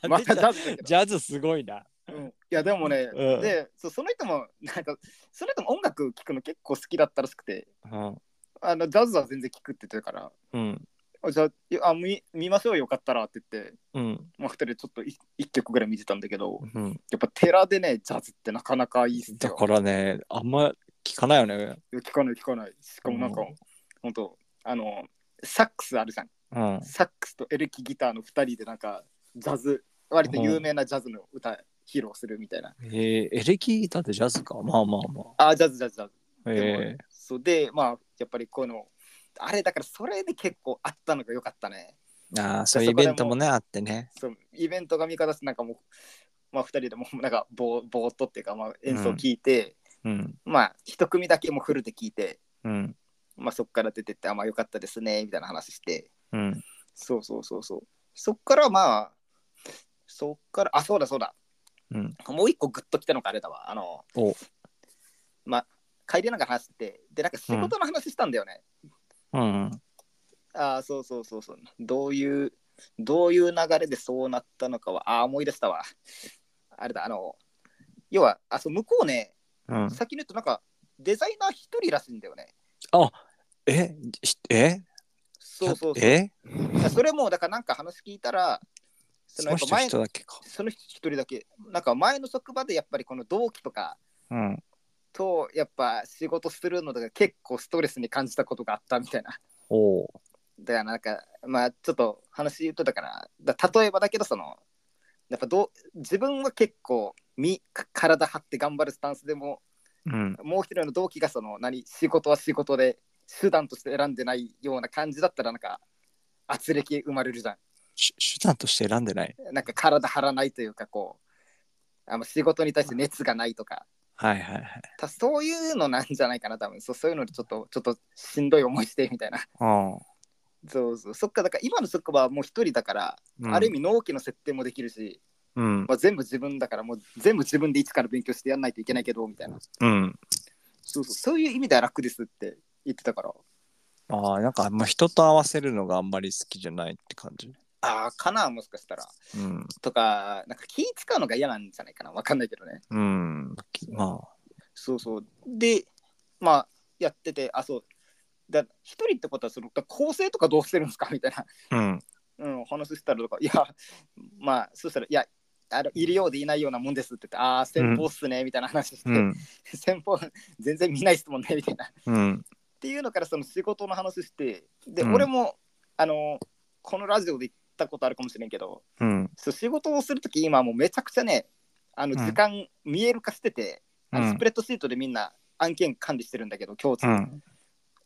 Speaker 2: な
Speaker 1: ま
Speaker 2: んで
Speaker 1: たジ
Speaker 2: ジャ
Speaker 1: ャズだけど。
Speaker 2: ジャズすごいな
Speaker 1: うん、いやでもね、
Speaker 2: うん
Speaker 1: でそうその人もなんかその人も音楽聴くの結構好きだったらしくて
Speaker 2: うん
Speaker 1: あのジャズは全然聴くって言ってるから。
Speaker 2: うん
Speaker 1: あじゃあいあ見見ましょうよよかったらって言って、
Speaker 2: うん
Speaker 1: まあ、2人でちょっとい1曲ぐらい見てたんだけど
Speaker 2: うん
Speaker 1: やっぱ寺でねジャズってなかなかいいっす
Speaker 2: だ
Speaker 1: よ
Speaker 2: からね、あんま聞かないよね。
Speaker 1: 聞かない聞かないしかもなんか、
Speaker 2: うん
Speaker 1: ほんとあのサックスあるじゃん
Speaker 2: うん。
Speaker 1: サックスとエレキギターの2人でなんかジャズ割と有名なジャズの歌披露するみたいな、
Speaker 2: えー、エレキギターってジャズか。まあまあま
Speaker 1: あジャズジャズジャズ
Speaker 2: あ。
Speaker 1: でも、
Speaker 2: え
Speaker 1: そうでまあやっぱりこういうのあれだからそれで結構あったのが良かったね
Speaker 2: ー、ああ、そういうイベントもね、あってね。
Speaker 1: そうイベントが味方してなんかもう、まあ、2人でも うなんかぼーぼーっとっていうか、まあ、演奏聞いて、
Speaker 2: うん。
Speaker 1: まあ一組だけもうフルで聞いて、
Speaker 2: うん。
Speaker 1: まあ、そっから出てってあまあよかったですねみたいな話して
Speaker 2: うん。
Speaker 1: そうそうそうそうそっからまあそっからあそうだそうだ
Speaker 2: うん。
Speaker 1: もう一個グッときたのがあれだわあの
Speaker 2: お
Speaker 1: まあ帰りながら話してでなんか仕事の話したんだよね、
Speaker 2: うん。
Speaker 1: ああそうそうそうそうどういうどういう流れでそうなったのかはああ思い出したわあれだあの要はあそう向こうね
Speaker 2: うん、
Speaker 1: 先に言うとなんかデザイナー一人らしいんだよね
Speaker 2: えしえ
Speaker 1: そうそうそう
Speaker 2: え
Speaker 1: いやそれもだからなんか話聞いたらそ
Speaker 2: そ
Speaker 1: のや
Speaker 2: の
Speaker 1: っぱ
Speaker 2: 人
Speaker 1: 前
Speaker 2: 人だけか。
Speaker 1: その人一人だけなんか前の職場でやっぱりこの同期とか
Speaker 2: うん。
Speaker 1: とやっぱ仕事するのが結構ストレスに感じたことがあったみたいな
Speaker 2: おう。
Speaker 1: だからなんかまあちょっと話言うとだからだ例えばだけどそのやっぱどう自分は結構身か体張って頑張るスタンスでも
Speaker 2: うん。
Speaker 1: もう一人の同期がその何仕事は仕事で手段として選んでないような感じだったらなんか圧力生まれるじゃん。
Speaker 2: し手段として選んでない。
Speaker 1: なんか体張らないというかこうあの仕事に対して熱がないとか
Speaker 2: はいはいはい。
Speaker 1: たそういうのなんじゃないかな多分そうそういうのでちょっとちょっとしんどい思いしてみたいな
Speaker 2: うん。
Speaker 1: そうそうそっかだから今のそっかはもう一人だから、
Speaker 2: うん
Speaker 1: ある意味納期の設定もできるし、
Speaker 2: うん
Speaker 1: まあ、全部自分だからもう全部自分でいつから勉強してやんないといけないけどみたいな
Speaker 2: うん
Speaker 1: そうそうそういう意味では楽ですって言ってたから
Speaker 2: ああなんかあんま人と合わせるのがあんまり好きじゃないって感じ
Speaker 1: ああかなもしかしたら
Speaker 2: うん
Speaker 1: とかなんか気使うのが嫌なんじゃないかなわかんないけどね
Speaker 2: うんまあ
Speaker 1: そうそうでまあやっててあそうだ一人ってことはその構成とかどうしてるんですかみたいな
Speaker 2: うん
Speaker 1: うん、お話ししたらとか、いや、まあ、そしたら、いや、あのいるようでいないようなもんですって言って、ああ、先方っすね、みたいな話して、
Speaker 2: うん
Speaker 1: 先方、全然見ないっすもんね、みたいな。っ
Speaker 2: うん
Speaker 1: ていうのから、その仕事の話して、で、
Speaker 2: うん
Speaker 1: 俺も、あの、このラジオで言ったことあるかもしれんけど、
Speaker 2: うん
Speaker 1: そう仕事をするとき、今もうめちゃくちゃね、あの
Speaker 2: うん
Speaker 1: 時間見える化してて、あのスプレッドシートでみんな案件管理してるんだけど、共通、
Speaker 2: うん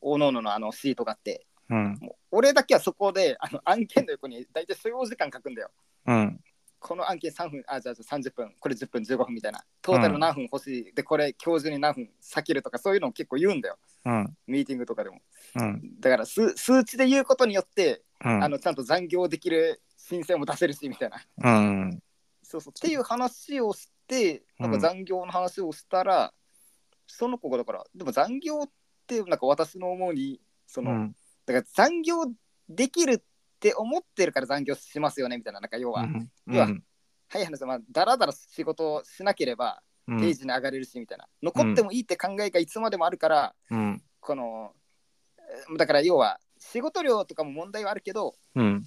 Speaker 1: おのおののあのシートがあって、
Speaker 2: うん
Speaker 1: もう俺だけはそこであの案件の横に大体所要時間書くんだよ。
Speaker 2: うん
Speaker 1: この案件3分、あ、じゃあじゃあ30分、これ10分、15分みたいな、トータル何分欲しい、で、これ教授に何分避けるとか、そういうのを結構言うんだよ、
Speaker 2: うん
Speaker 1: ミーティングとかでも。
Speaker 2: うん
Speaker 1: だから数、数値で言うことによって、
Speaker 2: うん
Speaker 1: あのちゃんと残業できる申請も出せるし、みたいな。
Speaker 2: うん
Speaker 1: そうそう。っていう話をして、なんか残業の話をしたら、その子がだから、でも残業って、なんか私の思うに、その、
Speaker 2: うん
Speaker 1: だから残業できるって思ってるから残業しますよね、みたいな、なんか要は、
Speaker 2: うん
Speaker 1: 要ははい話せまあ、だらだら仕事をしなければ、
Speaker 2: う
Speaker 1: 定
Speaker 2: ん
Speaker 1: 時に上がれるしみたいな、残ってもいいって考えがいつまでもあるから、
Speaker 2: うん
Speaker 1: このえーだから要は仕事量とかも問題はあるけど
Speaker 2: うん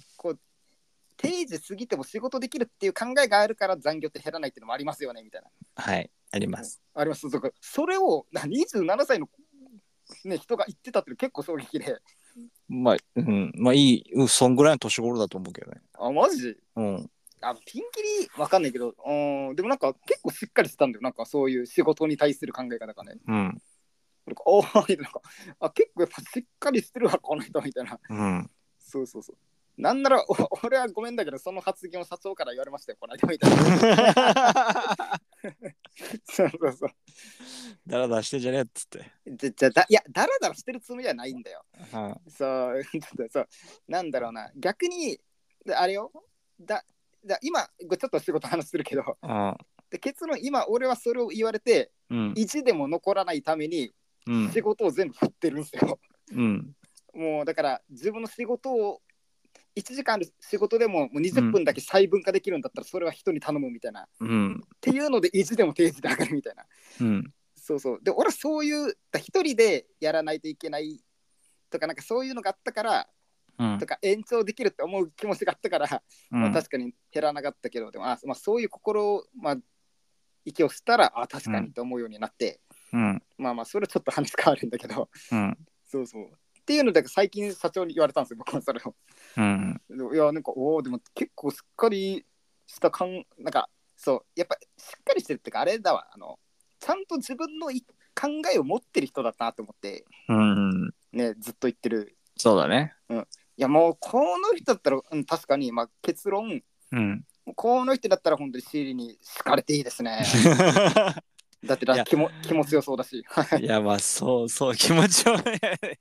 Speaker 1: 定時過ぎても仕事できるっていう考えがあるから残業って減らないっていうのもありますよねみたいな
Speaker 2: はいあります
Speaker 1: ありますそこそれをな27歳の、ね、人が言ってたっていうの結構衝撃で
Speaker 2: まあうんまあいいうんそんぐらいの年頃だと思うけどね
Speaker 1: あマジ
Speaker 2: うん
Speaker 1: あピンキリわかんないけどうんでもなんか結構しっかりしてたんだよなんかそういう仕事に対する考え方がね
Speaker 2: うん
Speaker 1: なんかおーなんかあ結構やっぱしっかりしてるわこの人みたいな
Speaker 2: うん
Speaker 1: そうそうそう。なんなら、 お俺はごめんだけど、その発言を社長から言われましたよ、この間みたいな。そうそうそう。
Speaker 2: だらだらしてんじゃねえっつって
Speaker 1: じゃじゃだいや、だらだらしてるつもりはないんだよ。
Speaker 2: うん
Speaker 1: そう、ちょっとそうなんだろうな。逆に、であれよ、だだ今、ごちょっと仕事の話するけど、
Speaker 2: うん
Speaker 1: で結論、今、俺はそれを言われて、
Speaker 2: うん
Speaker 1: 意地でも残らないために、
Speaker 2: うん
Speaker 1: 仕事を全部振ってるんですよ。
Speaker 2: うん
Speaker 1: もうだから、自分の仕事を、1時間ある仕事でももう20分だけ細分化できるんだったら、それは人に頼むみたいな。
Speaker 2: うん
Speaker 1: っていうので意地でも定時で上がるみたいな
Speaker 2: うん
Speaker 1: そうそうで俺はそういうだ一人でやらないといけないとかなんかそういうのがあったから
Speaker 2: うん
Speaker 1: とか延長できるって思う気持ちがあったから、まあ、確かに減らなかったけどでもあ、まあ、そういう心まあ、意気をしたらあ確かにと思うようになって、
Speaker 2: うん
Speaker 1: まあまあそれちょっと話変わるんだけど
Speaker 2: うん
Speaker 1: そうそうっていうので最近社長に言われたんですよ僕もそれを。
Speaker 2: うん
Speaker 1: でもいやなんかおおでも結構しっかりした感なんかそうやっぱしっかりしてるってかあれだわあのちゃんと自分のい考えを持ってる人だなと思って
Speaker 2: うん
Speaker 1: ねずっと言ってる
Speaker 2: そうだね
Speaker 1: いやもうこの人だったら、うん、確かに、まあ、結論
Speaker 2: うん
Speaker 1: この人だったら本当にシーリに好かれていいです ねだって
Speaker 2: いや
Speaker 1: だ気も気持ちよそうだし
Speaker 2: いやまあそうそう気持ちはね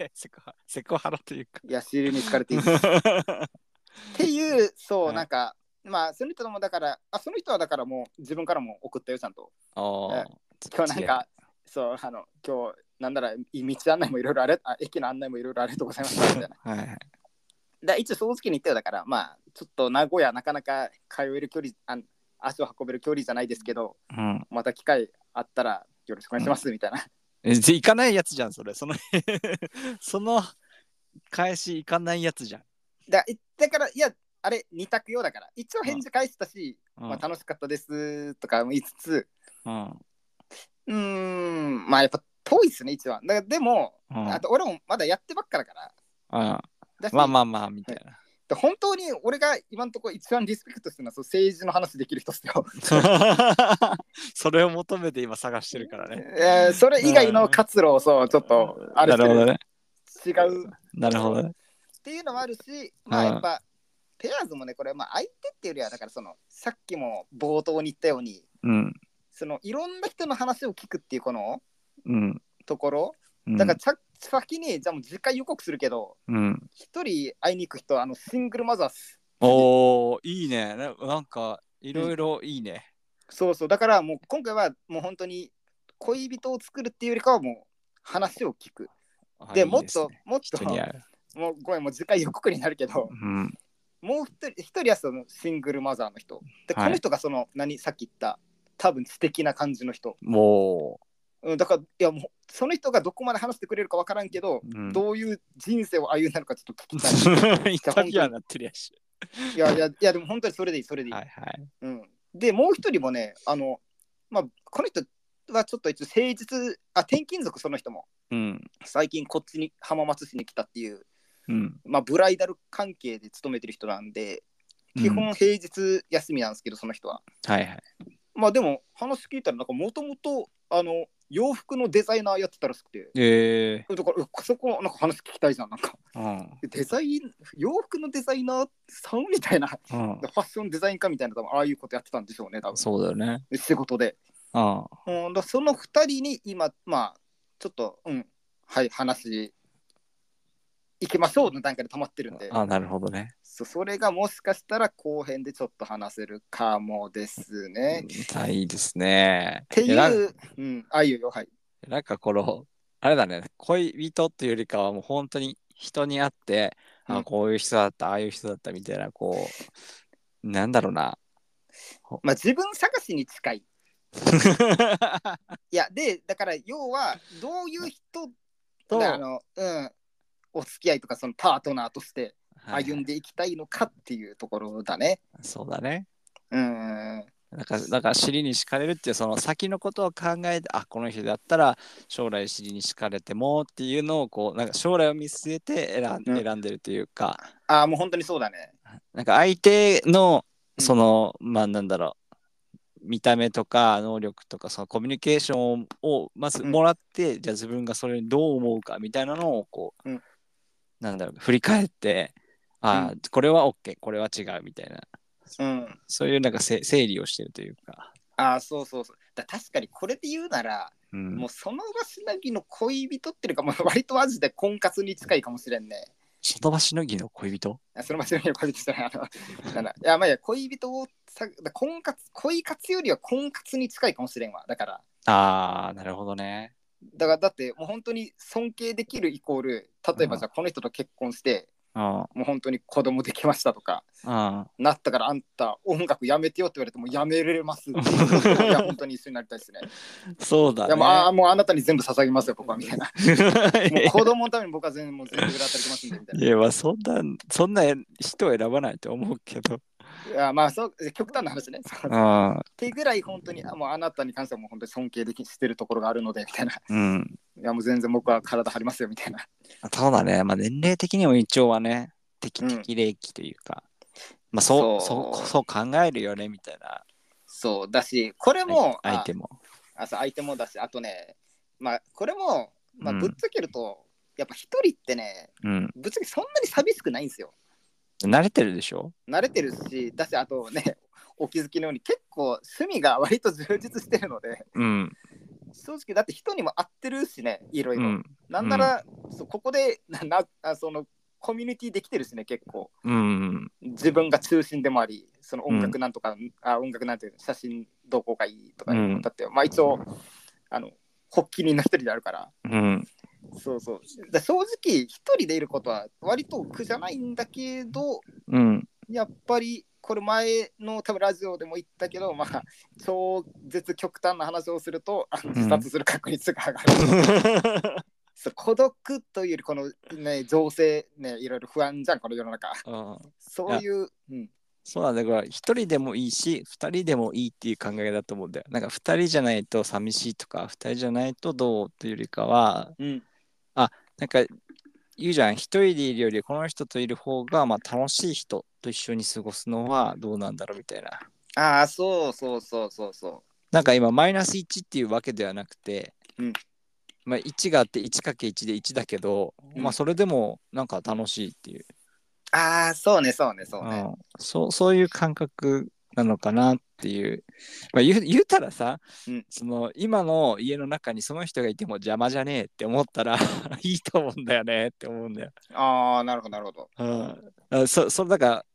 Speaker 2: セコハセコハラという か
Speaker 1: いやシーリに好かれていいしっていうそうなんかまあその人もだからあその人はだからもう自分からも送ったよちゃんと
Speaker 2: ああ
Speaker 1: 今日なんか、そう、あの、今日、なんなら、い道案内もいろいろあれ、あ駅の案内もいろいろありがとうございましたみたいな。
Speaker 2: はいはい
Speaker 1: だ一応、正直に言ったよだから、まあ、ちょっと名古屋、なかなか通える距離あ、足を運べる距離じゃないですけど、
Speaker 2: うん
Speaker 1: また機会あったらよろしくお願いします、みたいな。
Speaker 2: えじゃ行かないやつじゃんそれその その返し行かないやつじゃん
Speaker 1: だいだから、いや、あれ、二択用だから、一応返事返したし、
Speaker 2: うん
Speaker 1: まあ、楽しかったですとかも言いつつ、
Speaker 2: うん
Speaker 1: うーん、まあ、やっぱ遠いっすね、一応は。だからでも、
Speaker 2: うん
Speaker 1: あと、俺もまだやってばっかだから、
Speaker 2: うん
Speaker 1: だし
Speaker 2: まあまあまあみたい
Speaker 1: で本当に俺が今のところ一番リスペクトするのはそう政治の話できる人っす よ。
Speaker 2: なそれを求めて今探してるからね
Speaker 1: えーそれ以外の活路をそうちょっと あれ
Speaker 2: な
Speaker 1: して
Speaker 2: る
Speaker 1: る
Speaker 2: ほどね
Speaker 1: 違うっ
Speaker 2: なるほどね
Speaker 1: ていうのもあるし、まあ
Speaker 2: うん
Speaker 1: やっぱペアーズもねこれまあ相手っていうよりはだからそのさっきも冒頭に言ったように
Speaker 2: うん
Speaker 1: そのいろんな人の話を聞くっていうこの
Speaker 2: うん
Speaker 1: ところ
Speaker 2: うん
Speaker 1: だからちゃ、先に、じゃあもう次回予告するけど、
Speaker 2: うん。
Speaker 1: 一人会いに行く人、あの、シングルマザーっす。
Speaker 2: おー、いいね。ななんか、いろいろいいね。
Speaker 1: そうそう。だからもう今回はもう本当に恋人を作るっていうよりかはもう話を聞く。
Speaker 2: あ
Speaker 1: で、
Speaker 2: いい
Speaker 1: もっ
Speaker 2: す
Speaker 1: と
Speaker 2: ね、
Speaker 1: もっと
Speaker 2: 人、に会う。
Speaker 1: もうごめん、もう次回予告になるけど、
Speaker 2: うん。
Speaker 1: もう一人、一人はそのシングルマザーの人。で、こ
Speaker 2: はい
Speaker 1: の人がその、何、さっき言った、多分素敵な感じの人。
Speaker 2: も
Speaker 1: うん、だから、いやもう、その人がどこまで話してくれるかわからんけど、
Speaker 2: う、うん、
Speaker 1: どういう人生を歩んだのかちょっと聞きたい。
Speaker 2: イタリアンなってるやし。
Speaker 1: いやいや、いやでも本当にそれでいい、それでいい。
Speaker 2: はいはい。
Speaker 1: うん、で、もう一人もね、あの、まあ、この人はちょっと一応誠実、あ、転勤族その人も、
Speaker 2: うん。
Speaker 1: 最近こっちに浜松市に来たっていう、
Speaker 2: うん。
Speaker 1: まあ、ブライダル関係で勤めてる人なんで、基
Speaker 2: うん
Speaker 1: 本平日休みなんですけど、その人は。
Speaker 2: はいはい。
Speaker 1: まあでも、話聞いたら、なんかもともと、あの、洋服のデザイナーやってたらしくて、
Speaker 2: え
Speaker 1: だから、うわそこ、なんか話聞きたいじゃん、なんか。
Speaker 2: ー、うん。
Speaker 1: デザイン、洋服のデザイナーさんみたいな。
Speaker 2: うん
Speaker 1: ファッションデザイン科みたいな、多分ああいうことやってたんでしょうね、多分
Speaker 2: そうだよね。
Speaker 1: 仕事で。
Speaker 2: うん。
Speaker 1: うん、だからその2人に今、まあ、ちょっと、うん、はい、話、いきましょうの段階で溜まってるんで、
Speaker 2: あ、なるほどね。
Speaker 1: そそれがもしかしたら後編でちょっと話せるかもですね。っ
Speaker 2: あいいですね。
Speaker 1: てい
Speaker 2: やなん
Speaker 1: う、うん、あ、いいよ、はい。
Speaker 2: なんかこの、あれだね、恋人っていうよりかはもう本当に人に会って、
Speaker 1: う
Speaker 2: あ、
Speaker 1: ん
Speaker 2: こういう人だった、ああいう人だったみたいな、こう、なんだろう な。
Speaker 1: まあ、自分探しに近い。いや、で、だから、要は、どういう人
Speaker 2: と、
Speaker 1: あの、うん、お付き合いとか、そのパートナーとして
Speaker 2: はい
Speaker 1: 歩んでいきたいのかっていうところだね。
Speaker 2: そうだね。
Speaker 1: うん。
Speaker 2: なんか、なんか尻に敷かれるっていう、その先のことを考えて、あ、この人だったら将来尻に敷かれてもっていうのを、こう、なんか将来を見据えて選ん
Speaker 1: うん
Speaker 2: 選んでるというか、
Speaker 1: ああ、もう本当にそうだね。
Speaker 2: なんか相手の
Speaker 1: うん
Speaker 2: その、まあなんだろう見た目とか能力とかそのコミュニケーションをまず
Speaker 1: うん
Speaker 2: もらって、じゃあ自分がそれにどう思うかみたいなのをこう、
Speaker 1: うん
Speaker 2: なんだろう振り返ってああ、
Speaker 1: う
Speaker 2: これは OK これは違うみたいな
Speaker 1: うん。
Speaker 2: そういうなんかせ整理をしてるというか、
Speaker 1: ああ、そうそうそう。だ確かにこれで言うなら、
Speaker 2: うん
Speaker 1: もうその場しのぎの恋人っていうか、もう割とマジで婚活に近いかもしれんね。
Speaker 2: その場しのぎの恋人
Speaker 1: あその場しのぎの恋人じゃない。 あのなんだいや、まあいいや、恋人をさだ婚活、恋活よりは婚活に近いかもしれんわ。だから、
Speaker 2: ああなるほどね
Speaker 1: だからだってもう本当に尊敬できるイコール、例えばじゃあこの人と結婚して、
Speaker 2: うんうん
Speaker 1: もう本当に子供できましたとか、なったからあんた音楽やめてよって言われてもやめれ ます。いや、本当に一緒になりたいですね。
Speaker 2: そう
Speaker 1: い
Speaker 2: だね
Speaker 1: やもう あーもうあなたに全部捧げますよ、僕はみたいな。もう子供のために僕は全もう全部裏当たりますんでみたい
Speaker 2: いやまあそんなそんな人を選ばないと思うけど
Speaker 1: な。いやまあそう極端な話ね。そうっ
Speaker 2: あ
Speaker 1: てぐらい本当にあもうあなたに関してはもう本当に尊敬できしてるところがあるのでみたいな。 い
Speaker 2: うん
Speaker 1: やもう全然僕は体張りますよみたいな。
Speaker 2: そうだね。まあ、年齢的にも一応はね、適
Speaker 1: うん
Speaker 2: 適齢期というか、まあそう
Speaker 1: そ
Speaker 2: そううそう考えるよねみたいな
Speaker 1: そうだし、これも
Speaker 2: 相
Speaker 1: あ
Speaker 2: 手も。
Speaker 1: あそう相手もだし、あとね、まあこれも、まあ、
Speaker 2: うん
Speaker 1: ぶっつけると、やっぱ一人ってね、
Speaker 2: うん。
Speaker 1: ぶっつけそんなに寂しくないんですよ。
Speaker 2: 慣れてるでしょ
Speaker 1: 慣れてるし、だしあとね、お気づきのように結構趣味が割と充実してるので。
Speaker 2: うん。
Speaker 1: 正直だって人にも合ってるしねいろいうろ、
Speaker 2: ん。
Speaker 1: なんなら、そうここでななあそのコミュニティできてるしね結構
Speaker 2: うん。
Speaker 1: 自分が中心でもありその音
Speaker 2: う
Speaker 1: 楽なんとか、あ音楽なんていうの写真どうこうがいいとか、
Speaker 2: うん
Speaker 1: だってまあ一応あの発起人の一人であるから
Speaker 2: うん。
Speaker 1: そうそうだ正直一人でいることは割と苦じゃないんだけど
Speaker 2: うん。
Speaker 1: やっぱりこれ前の多分ラジオでも言ったけどまあ超絶極端な話をするとあの自殺する確率が上がる、 そう孤独というよりこのね情勢ねいろいろ不安じゃんこの世の中
Speaker 2: うん
Speaker 1: そういう、うん、
Speaker 2: そうなんだねこれ一人でもいいし二人でもいいっていう考えだと思うんだよなんか二人じゃないと寂しいとか二人じゃないとどうっていうよりかは
Speaker 1: うん、
Speaker 2: なんか言うじゃん、一人でいるよりこの人といる方がまあ楽しい人と一緒に過ごすのはどうなんだろうみたいな。
Speaker 1: ああそうそうそうそうそ
Speaker 2: なんか今マイナス1っていうわけではなくて、
Speaker 1: うん
Speaker 2: まあ、1があって 1×1 で1だけど、
Speaker 1: うん
Speaker 2: まあそれでもなんか楽しいっていう、
Speaker 1: うああそうねそうねそううね
Speaker 2: ん、そうそういう感覚なのかなっていう、まあ、言う言うたらさ、
Speaker 1: うん
Speaker 2: その今の家の中にその人がいても邪魔じゃねえって思ったら いいと思うんだよねって思うんだよ。
Speaker 1: ああ、なるほど、なるほど。
Speaker 2: うん、あそそれだから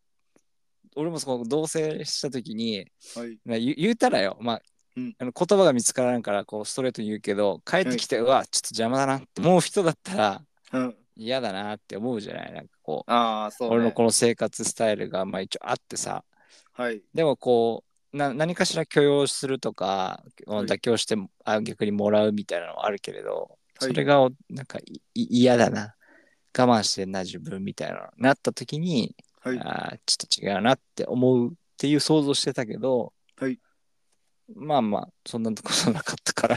Speaker 2: 俺もその同棲した時に、
Speaker 1: はい。
Speaker 2: まあ、言う言うたらよ、まあ
Speaker 1: うん
Speaker 2: あの言葉が見つからんからこうストレートに言うけど帰ってきて、うわちょっと邪魔だなって思う人だったら
Speaker 1: うん。
Speaker 2: 嫌だなって思うじゃないなんかこう
Speaker 1: ああ、そう、ね。
Speaker 2: 俺のこの生活スタイルがまあ一応あってさ
Speaker 1: はい。
Speaker 2: でもこうな何かしら許容するとか
Speaker 1: はい
Speaker 2: 妥協してもあ逆にもらうみたいなのはあるけれど、
Speaker 1: はい
Speaker 2: それがおなんかいい嫌だな我慢してんな自分みたいななった時に、
Speaker 1: はい。
Speaker 2: あーちょっと違うなって思うっていう想像してたけど、
Speaker 1: はい
Speaker 2: まあまあそんなことなかったから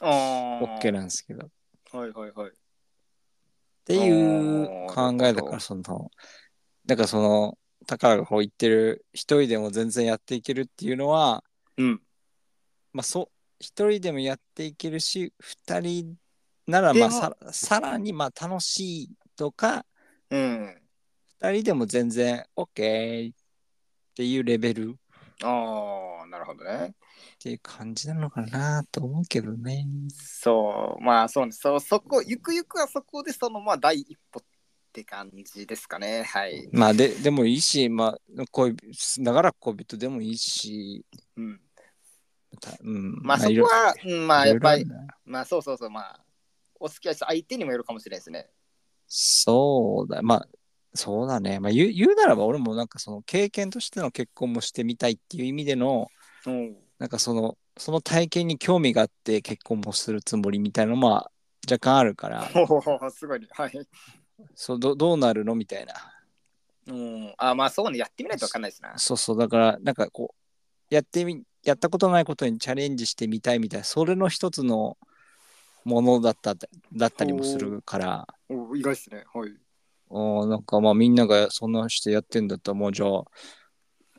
Speaker 1: ああ。
Speaker 2: OK なんですけど。
Speaker 1: はいはいはい。
Speaker 2: っていう
Speaker 1: あ
Speaker 2: 考
Speaker 1: ー
Speaker 2: え
Speaker 1: なる
Speaker 2: だ
Speaker 1: ほ
Speaker 2: か
Speaker 1: ど
Speaker 2: らそのだからその宝がこう言ってる一人でも全然やっていけるっていうのは
Speaker 1: うん。
Speaker 2: まあそう一人でもやっていけるし二人ならま
Speaker 1: で
Speaker 2: あ
Speaker 1: も
Speaker 2: ささらにまあ楽しいとか
Speaker 1: うん。
Speaker 2: 二人でも全然 OK っていうレベルっ
Speaker 1: ああ、なるほどね。
Speaker 2: ていう感じなのかなと思うけどね。
Speaker 1: そう、まあそうね。そう、そこ、ゆくゆくはそこでその、まあ第一歩って感じですかね。はい。
Speaker 2: まあででもいいし、まあ、恋人長らく恋人でもいいし、
Speaker 1: うん。
Speaker 2: たうん、
Speaker 1: まあそ
Speaker 2: い
Speaker 1: こ
Speaker 2: ろ
Speaker 1: は、うん、まあやっぱ
Speaker 2: い
Speaker 1: り、
Speaker 2: ろいろあるな
Speaker 1: まあそうそうそう、まあ、お付き合いした相手にもよるかもしれないですね。
Speaker 2: そうだ、まあそうだね。まあ言う言うならば俺もなんかその経験としての結婚もしてみたいっていう意味での、
Speaker 1: うん。
Speaker 2: なんかその、その体験に興味があって結婚もするつもりみたいなのも若干あるから、
Speaker 1: お お、すごいね。はい。
Speaker 2: そうどどうなるのみたいな。
Speaker 1: うん。あまあそうね。やってみないとわかんないですな。
Speaker 2: そうそう、だから、なんかこう、やってみ、やったことないことにチャレンジしてみたいみたいな、それの一つのものだった、だったりもするから、
Speaker 1: お意外ですね。はい。
Speaker 2: おなんかまあみんながそんなしてやってんだったら、もうじゃあ、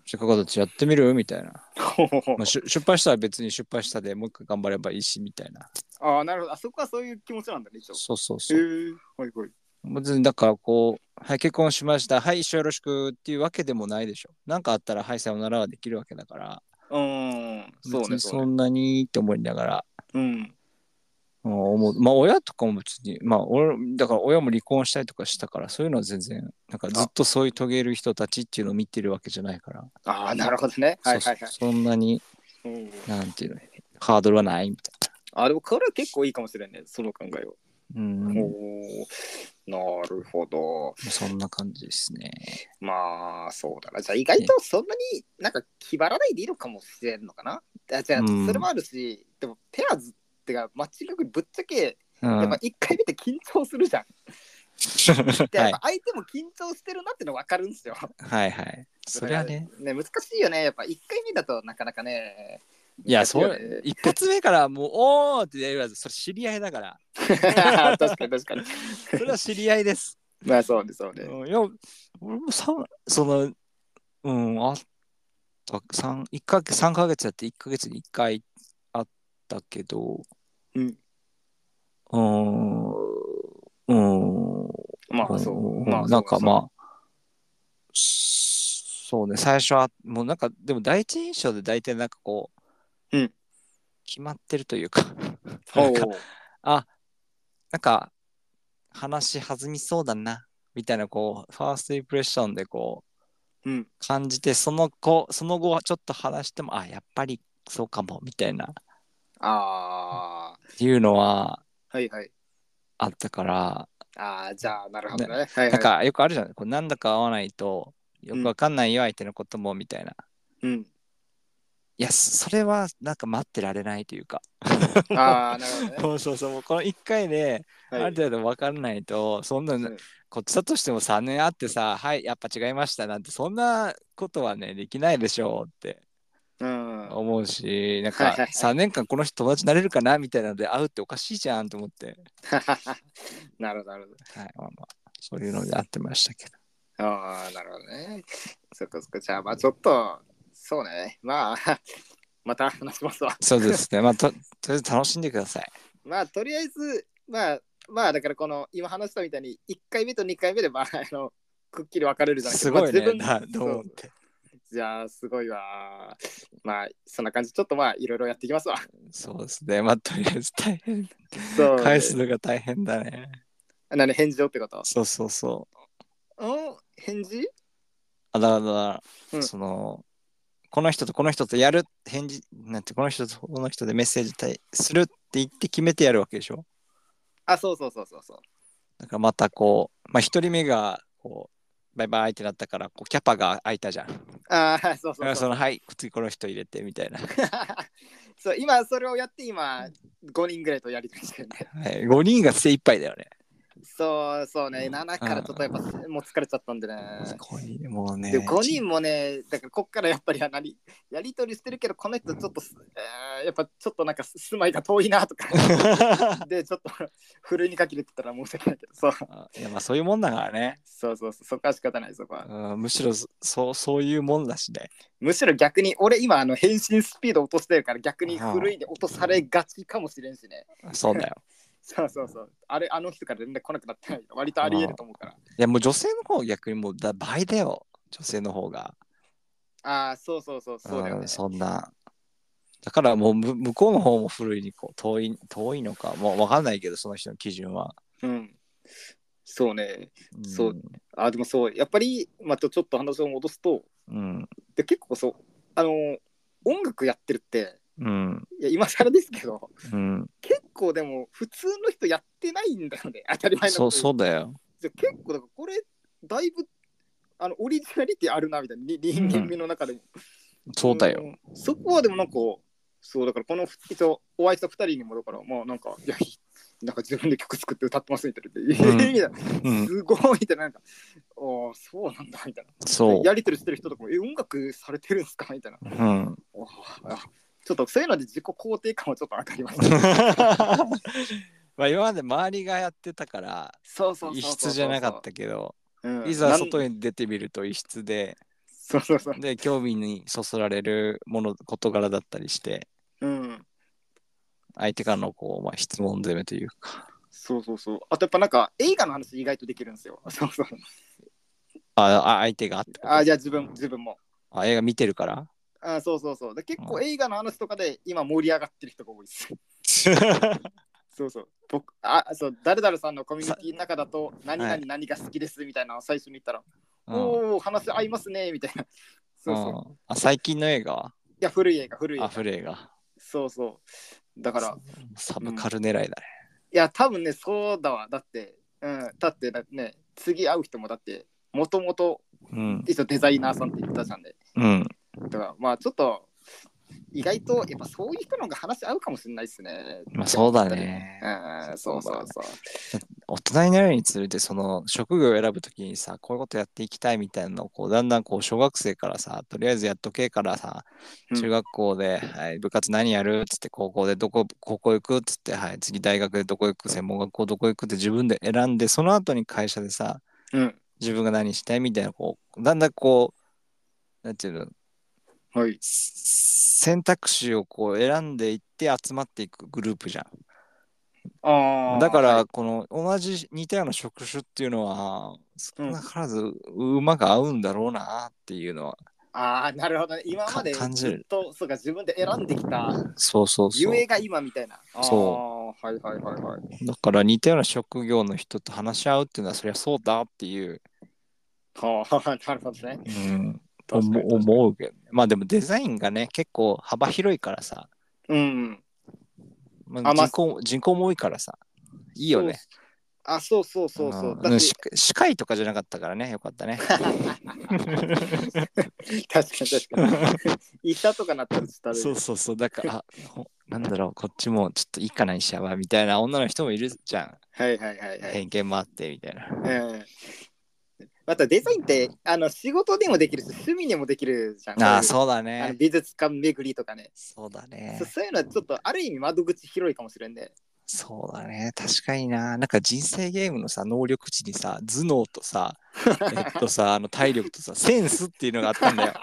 Speaker 2: せっかくだしやってみるみたいな。まあ、しゅ失敗したら別に失敗したでもう一回頑張ればいいしみたいな。
Speaker 1: ああ、なるほど。あそこはそういう気持ちなんだね、一応。
Speaker 2: そうそう
Speaker 1: へ
Speaker 2: そう。
Speaker 1: え。はいはい。
Speaker 2: 別にだからこう、はい、結婚しました、はい、一生よろしくっていうわけでもないでしょ。なんかあったら、はい、さようならはできるわけだから、
Speaker 1: うん。そう
Speaker 2: 別に
Speaker 1: ね。
Speaker 2: そ
Speaker 1: そうね。
Speaker 2: んなにって思いながら、
Speaker 1: うん。
Speaker 2: うん思う。まあ、親とかも別に、まあ、俺、だから親も離婚したりとかしたから、そういうのは全然、なんかずっとそういう遂げる人たちっていうのを見てるわけじゃないから、
Speaker 1: ああ、なるほどね。はいはい
Speaker 2: そ
Speaker 1: は
Speaker 2: う
Speaker 1: い。
Speaker 2: そうそんなに、
Speaker 1: うん
Speaker 2: なんていうの、ハードルはないみたい
Speaker 1: あ、でもこれは結構いいかもしれないね、その考えは。
Speaker 2: な。うん、
Speaker 1: おーなるほど。
Speaker 2: そんな感じですね。
Speaker 1: まあ、そうだな。じゃあ意外とそんなになんか気張らないでいいのかもしれんのかな。あじゃあ、
Speaker 2: うん
Speaker 1: それもあるし、でもペアーズってか、マッチングぶっちゃけ、
Speaker 2: うん、
Speaker 1: やっぱ1回見て緊張する じゃん。で、やっぱ、
Speaker 2: はい
Speaker 1: 相手も緊張してるなっての分かるんですよ。
Speaker 2: はいはい。それはね。
Speaker 1: ね。難しいよね。やっぱ1回目だとなかなかね。
Speaker 2: いや、
Speaker 1: 難し
Speaker 2: そ
Speaker 1: よね
Speaker 2: う、一発目からもう、おーって言わず、それ知り合いだから、
Speaker 1: 確かに確かに。
Speaker 2: それは知り合いです。
Speaker 1: まあ、そうね、そうね。
Speaker 2: うんいや、俺もさ、その、うん、あった、3, 一ヶ月三ヶ月やって1ヶ月に1回あったけど、
Speaker 1: うん。
Speaker 2: うーん、うん、
Speaker 1: まあ、そうう。
Speaker 2: ん
Speaker 1: まあ、
Speaker 2: なんかま
Speaker 1: あ。
Speaker 2: あ、そうね、最初は、もうなんか、でも第一印象で大体なんかこう、
Speaker 1: うん
Speaker 2: 決まってるというか、
Speaker 1: そ
Speaker 2: な
Speaker 1: うん
Speaker 2: かあ、なんか、話弾みそうだな、みたいな、こう、ファーストインプレッションで、こ
Speaker 1: うん。
Speaker 2: う、感じて、その子、その後はちょっと話しても、あ、やっぱりそうかも、みたいな、っ
Speaker 1: あ
Speaker 2: ていうのは
Speaker 1: あ、はいはい。
Speaker 2: あったから、
Speaker 1: ああ、じゃあ、なるほどね。はいはい。
Speaker 2: なんか、よくあるじゃない、こうなんだか合わないと、よくわかんないよ、相手のことも、みたいな。
Speaker 1: うん、
Speaker 2: いや、それは、なんか待ってられないというか。
Speaker 1: ああ、なるほどね。
Speaker 2: そうそうそう、もうこの1回で、あ
Speaker 1: はい
Speaker 2: る程度わかんないと、そんな、
Speaker 1: はい
Speaker 2: こっちだとしても3年あってさ、はい、やっぱ違いましたなんて、そんなことはね、できないでしょうって
Speaker 1: うん。
Speaker 2: 思うし、なん
Speaker 1: はいはい
Speaker 2: か
Speaker 1: はい
Speaker 2: 3年間この人友達になれるかなみたいなので会うっておかしいじゃんと思って、
Speaker 1: なるほど、なるほ
Speaker 2: はい、まあまあ、そういうので会ってましたけど。
Speaker 1: ど。ああ、なるほどね。そっかそっか。じゃあ、まあ、ちょっと、そうね。まあ、 また話しますわ。
Speaker 2: そうですね、まあ、ととりあえず楽しんでください。
Speaker 1: まあ、とりあえず、まあ、まあ、だから、この、今話したみたいに、1回目と2回目で、まあ、あの、くっきり分かれるじゃないですす
Speaker 2: ご
Speaker 1: か。
Speaker 2: いね、
Speaker 1: ま
Speaker 2: な
Speaker 1: あ、自分
Speaker 2: どう思って。
Speaker 1: いやー、すごいわー。まあ、そんな感じ、ちょっとまあ、いろいろやっていきますわ。
Speaker 2: そうですね。まあ、とりあえず大変。
Speaker 1: そう
Speaker 2: 返すのが大変だね。
Speaker 1: なに、返事をってこと
Speaker 2: そうそうそう。
Speaker 1: うん返事
Speaker 2: あだから、
Speaker 1: うん
Speaker 2: その、この人とこの人とやる、返事、なんて、この人とこの人でメッセージ対するって言って決めてやるわけでしょ。
Speaker 1: あ、そうそうそうそうそう。
Speaker 2: だからまたこう、まあ、一人目が、こう、バイバイってなったから、こう、キャパが空いたじゃん。だか
Speaker 1: ああ、 そうそ
Speaker 2: ら
Speaker 1: うそ。
Speaker 2: そうの、はい、次この人入れてみたいな。
Speaker 1: そう今、それをやって、今、5人ぐらいとやりとりしてるね。
Speaker 2: はい、5人が精一杯だよね。
Speaker 1: そうそうね、
Speaker 2: うん
Speaker 1: 7からちょっとやっぱ、もう疲れちゃったんでね。
Speaker 2: 五人もうね。
Speaker 1: で5人 もね、だからこっからやっぱりやなりやり取りしてるけど、この人ちょっとす、えーやっぱちょっとなんかす住まいが遠いな とか、で、ちょっとふるいにかけるって言ったら申し訳ないけど、そう
Speaker 2: あいやまあそういうもんだからね、
Speaker 1: そうそうそう、そこは仕方ない、そこは。
Speaker 2: うん、むしろそそうそういうもんだしね
Speaker 1: むしろ逆に、俺今あの返信スピード落としてるから、逆にふるいで落とされがちかもしれんしね。
Speaker 2: そ うだよ
Speaker 1: そうそうそう。あれ、あの人から連絡来なくなってないの割とあり得ると思うから。
Speaker 2: いやもう女性の方逆にもうだ倍だよ女性の方が
Speaker 1: ああ、そうそうそう、そうだよ
Speaker 2: ん
Speaker 1: ね。
Speaker 2: そんなだからもうむ向こうの方も古いにこう遠い遠いのかもう分かんないけどその人の基準は、
Speaker 1: うん。そうね。
Speaker 2: ん
Speaker 1: そうあーでもそう、やっぱり、またちょっと話を戻すと、
Speaker 2: うん
Speaker 1: で結構そう、あのー音楽やってるって、
Speaker 2: うん
Speaker 1: いや今更ですけど、
Speaker 2: うん
Speaker 1: 結構でも普通の人やってないんだよね。当たり前の。
Speaker 2: そうそううだよ
Speaker 1: じゃあ結構だからこれ、だいぶ、あの、オリジナリティあるな、みたいな、に人間味の中でも。
Speaker 2: そうだよ、
Speaker 1: ん。そこはでもなんか、そうだからこの一応お相手二人にもだから、まあなんか、いや、なんか自分で曲作って歌ってますみたいな。
Speaker 2: うん
Speaker 1: いやいや
Speaker 2: うん、
Speaker 1: すごいみたいな、なんか、おーそうなんだみたいな。
Speaker 2: そう、
Speaker 1: やりとりしてる人とかも、え、音楽されてるんですかみたいな。
Speaker 2: うん、
Speaker 1: おーあちょっとそういうので自己肯定感はちょっと上がりますね
Speaker 2: まあ今まで周りがやってたから
Speaker 1: そうそうそうそうそう。
Speaker 2: 異質じゃなかったけど
Speaker 1: うん。
Speaker 2: いざ
Speaker 1: に。
Speaker 2: 外に出てみると異質で
Speaker 1: そうそうそう。
Speaker 2: で興味にそそられるもの事柄だったりして
Speaker 1: うん。
Speaker 2: 相手からのこう、まあ、質問攻めというか
Speaker 1: そうそうそう。あとやっぱなんか映画の話意外とできるんですよ。そうそう。
Speaker 2: ああ相手があってこと
Speaker 1: あ、じゃあ自分、自分も。
Speaker 2: あ映画見てるから
Speaker 1: あそうそうそう。で結構映画の話とかで今盛り上がってる人が多いです。 そうそう。僕、あ、そう、誰々さんのコミュニティの中だと、何々何が好きですみたいなのを最初に言ったら、
Speaker 2: うん
Speaker 1: おお、話合いますね、みたいな。そうそう。い
Speaker 2: うんあ最近の映画は
Speaker 1: や、古い映画、古い映
Speaker 2: あ
Speaker 1: 画。
Speaker 2: 古い映画
Speaker 1: そうそう。だから、
Speaker 2: サブカル狙いだね、
Speaker 1: いや、多分ね、そうだわ。だって、うん、だってだね、次会う人もだって、もともと
Speaker 2: うん
Speaker 1: 一応デザイナーさんって言ってたじゃんね。
Speaker 2: うん
Speaker 1: だから、まあちょっと、意外と、やっぱそういう人の方が話合うかもしれないですね。
Speaker 2: まあそうだね
Speaker 1: うん、そうそうそう。
Speaker 2: 大人になるにつれてその職業を選ぶときにさこういうことやっていきたいみたいなのをこうだんだんこう小学生からさとりあえずやっとけからさ
Speaker 1: うん
Speaker 2: 中学校で、はい、部活何やるっつって高校でどこ高校行くっつって、はい、次大学でどこ行く専門学校どこ行くって自分で選んでその後に会社でさ
Speaker 1: うん、
Speaker 2: 自分が何したいみたいなこうだんだんこうなんていうの
Speaker 1: はい。
Speaker 2: す選択肢をこう選んでいって集まっていくグループじゃん。
Speaker 1: ああ。
Speaker 2: だから、この同じ似たような職種っていうのは少なからず馬が合うんだろうなっていうのは、
Speaker 1: ああ、なるほどね。今まで
Speaker 2: か感じ
Speaker 1: ず
Speaker 2: る
Speaker 1: っと、そうか、自分で選んできた、
Speaker 2: そうそうそ
Speaker 1: ゆ
Speaker 2: う
Speaker 1: えが今みたいな。あー
Speaker 2: そ
Speaker 1: はいはいはいはい。
Speaker 2: だから似たような職業の人と話し合うっていうのはそりゃそうだっていう、
Speaker 1: はあ、 なるほどね。
Speaker 2: うん、
Speaker 1: 確か
Speaker 2: 思
Speaker 1: に
Speaker 2: 思うけどねまあでもデザインがね結構幅広いからさ、
Speaker 1: うん。
Speaker 2: まあ、
Speaker 1: あまあ
Speaker 2: 人口人口も多いからさいいよね
Speaker 1: あ、そうそうそうそう。
Speaker 2: ん
Speaker 1: だっ
Speaker 2: し歯科医とかじゃなかったからねよか ったね
Speaker 1: て、 確かに確か に。板とかなったらちょっと
Speaker 2: そ
Speaker 1: あ
Speaker 2: うそうそうだからあほなんだろうこっちもちょっといいかな医者はみたいな女の人もいるじゃん
Speaker 1: れはいはいはいはい。
Speaker 2: 偏見もあってみたいな。
Speaker 1: うんまたデザインってあの仕事でもできるし趣味でもできるじゃん。
Speaker 2: ああ、
Speaker 1: そう
Speaker 2: そうだ
Speaker 1: いうあの
Speaker 2: ね。
Speaker 1: 美術館巡りとかね
Speaker 2: そうだね
Speaker 1: そう。。そういうのはちょっとある意味窓口広いかもしれんね。
Speaker 2: そうだね。確かにな。なんか人生ゲームのさ、能力値にさ、頭脳と さ、えっとさ、あの体力とさ、センスっていうのがあったん だよ。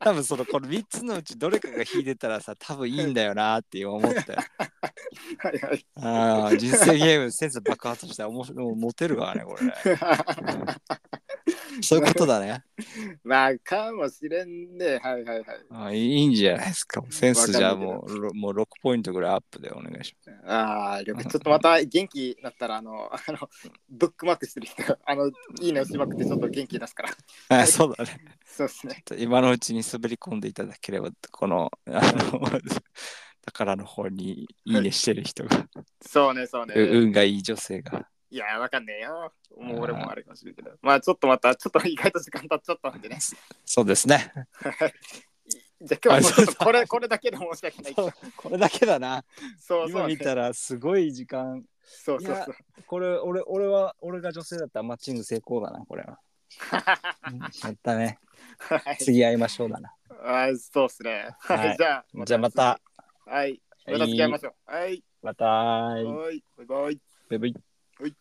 Speaker 2: 多分その、この3つのうちどれかが引いてたらさ、多分いいんだよなっていう思 ったよ。
Speaker 1: はいはい。
Speaker 2: あ あ、人生ゲーム、センス爆発したら、おもしもうモテるわね、これ。そういうことだね。
Speaker 1: まあ、かもしれんね。はいはいはい。
Speaker 2: あいいいんじゃないですか。センスじゃあもうろもう6ポイントぐらいアップでお願いし
Speaker 1: ああ、了解。ちょっとまた元気になったら、あの、 あの、ブックマークしてる人が、あの、いいねをしまくって、ちょっと元気出すから。
Speaker 2: ます。あそうだね。
Speaker 1: そうですね。
Speaker 2: 今のうちに滑り込んでいただければ、この、あの、 宝の方にいいねしてる人が、
Speaker 1: そうね、そう
Speaker 2: う
Speaker 1: ね。
Speaker 2: 運がいい女性が。
Speaker 1: いや、わかんねえよ。もう俺もあれかもしれんけど。まあ、ちょっとまた、ちょっと意外と時間経っちゃったんでね。
Speaker 2: そうですね。
Speaker 1: じゃあ今日はもうちょっと
Speaker 2: あそう
Speaker 1: これ、これだけで申し訳ない。
Speaker 2: そうこれだけだな。
Speaker 1: そうそ
Speaker 2: 今
Speaker 1: うね
Speaker 2: 見。たらすごい時間。
Speaker 1: そうそう
Speaker 2: い
Speaker 1: そ
Speaker 2: や
Speaker 1: う。
Speaker 2: これ、俺、俺は、俺が女性だったらマッチング成功だな、こ れは。やったね。
Speaker 1: はい。
Speaker 2: 次会いましょうだな。
Speaker 1: あーそうですね。
Speaker 2: は
Speaker 1: はいい。じゃあ、
Speaker 2: じゃあまた。、
Speaker 1: はい。また付き合いましょう。はい。
Speaker 2: また、
Speaker 1: はい。バイバイ。
Speaker 2: バイバイ。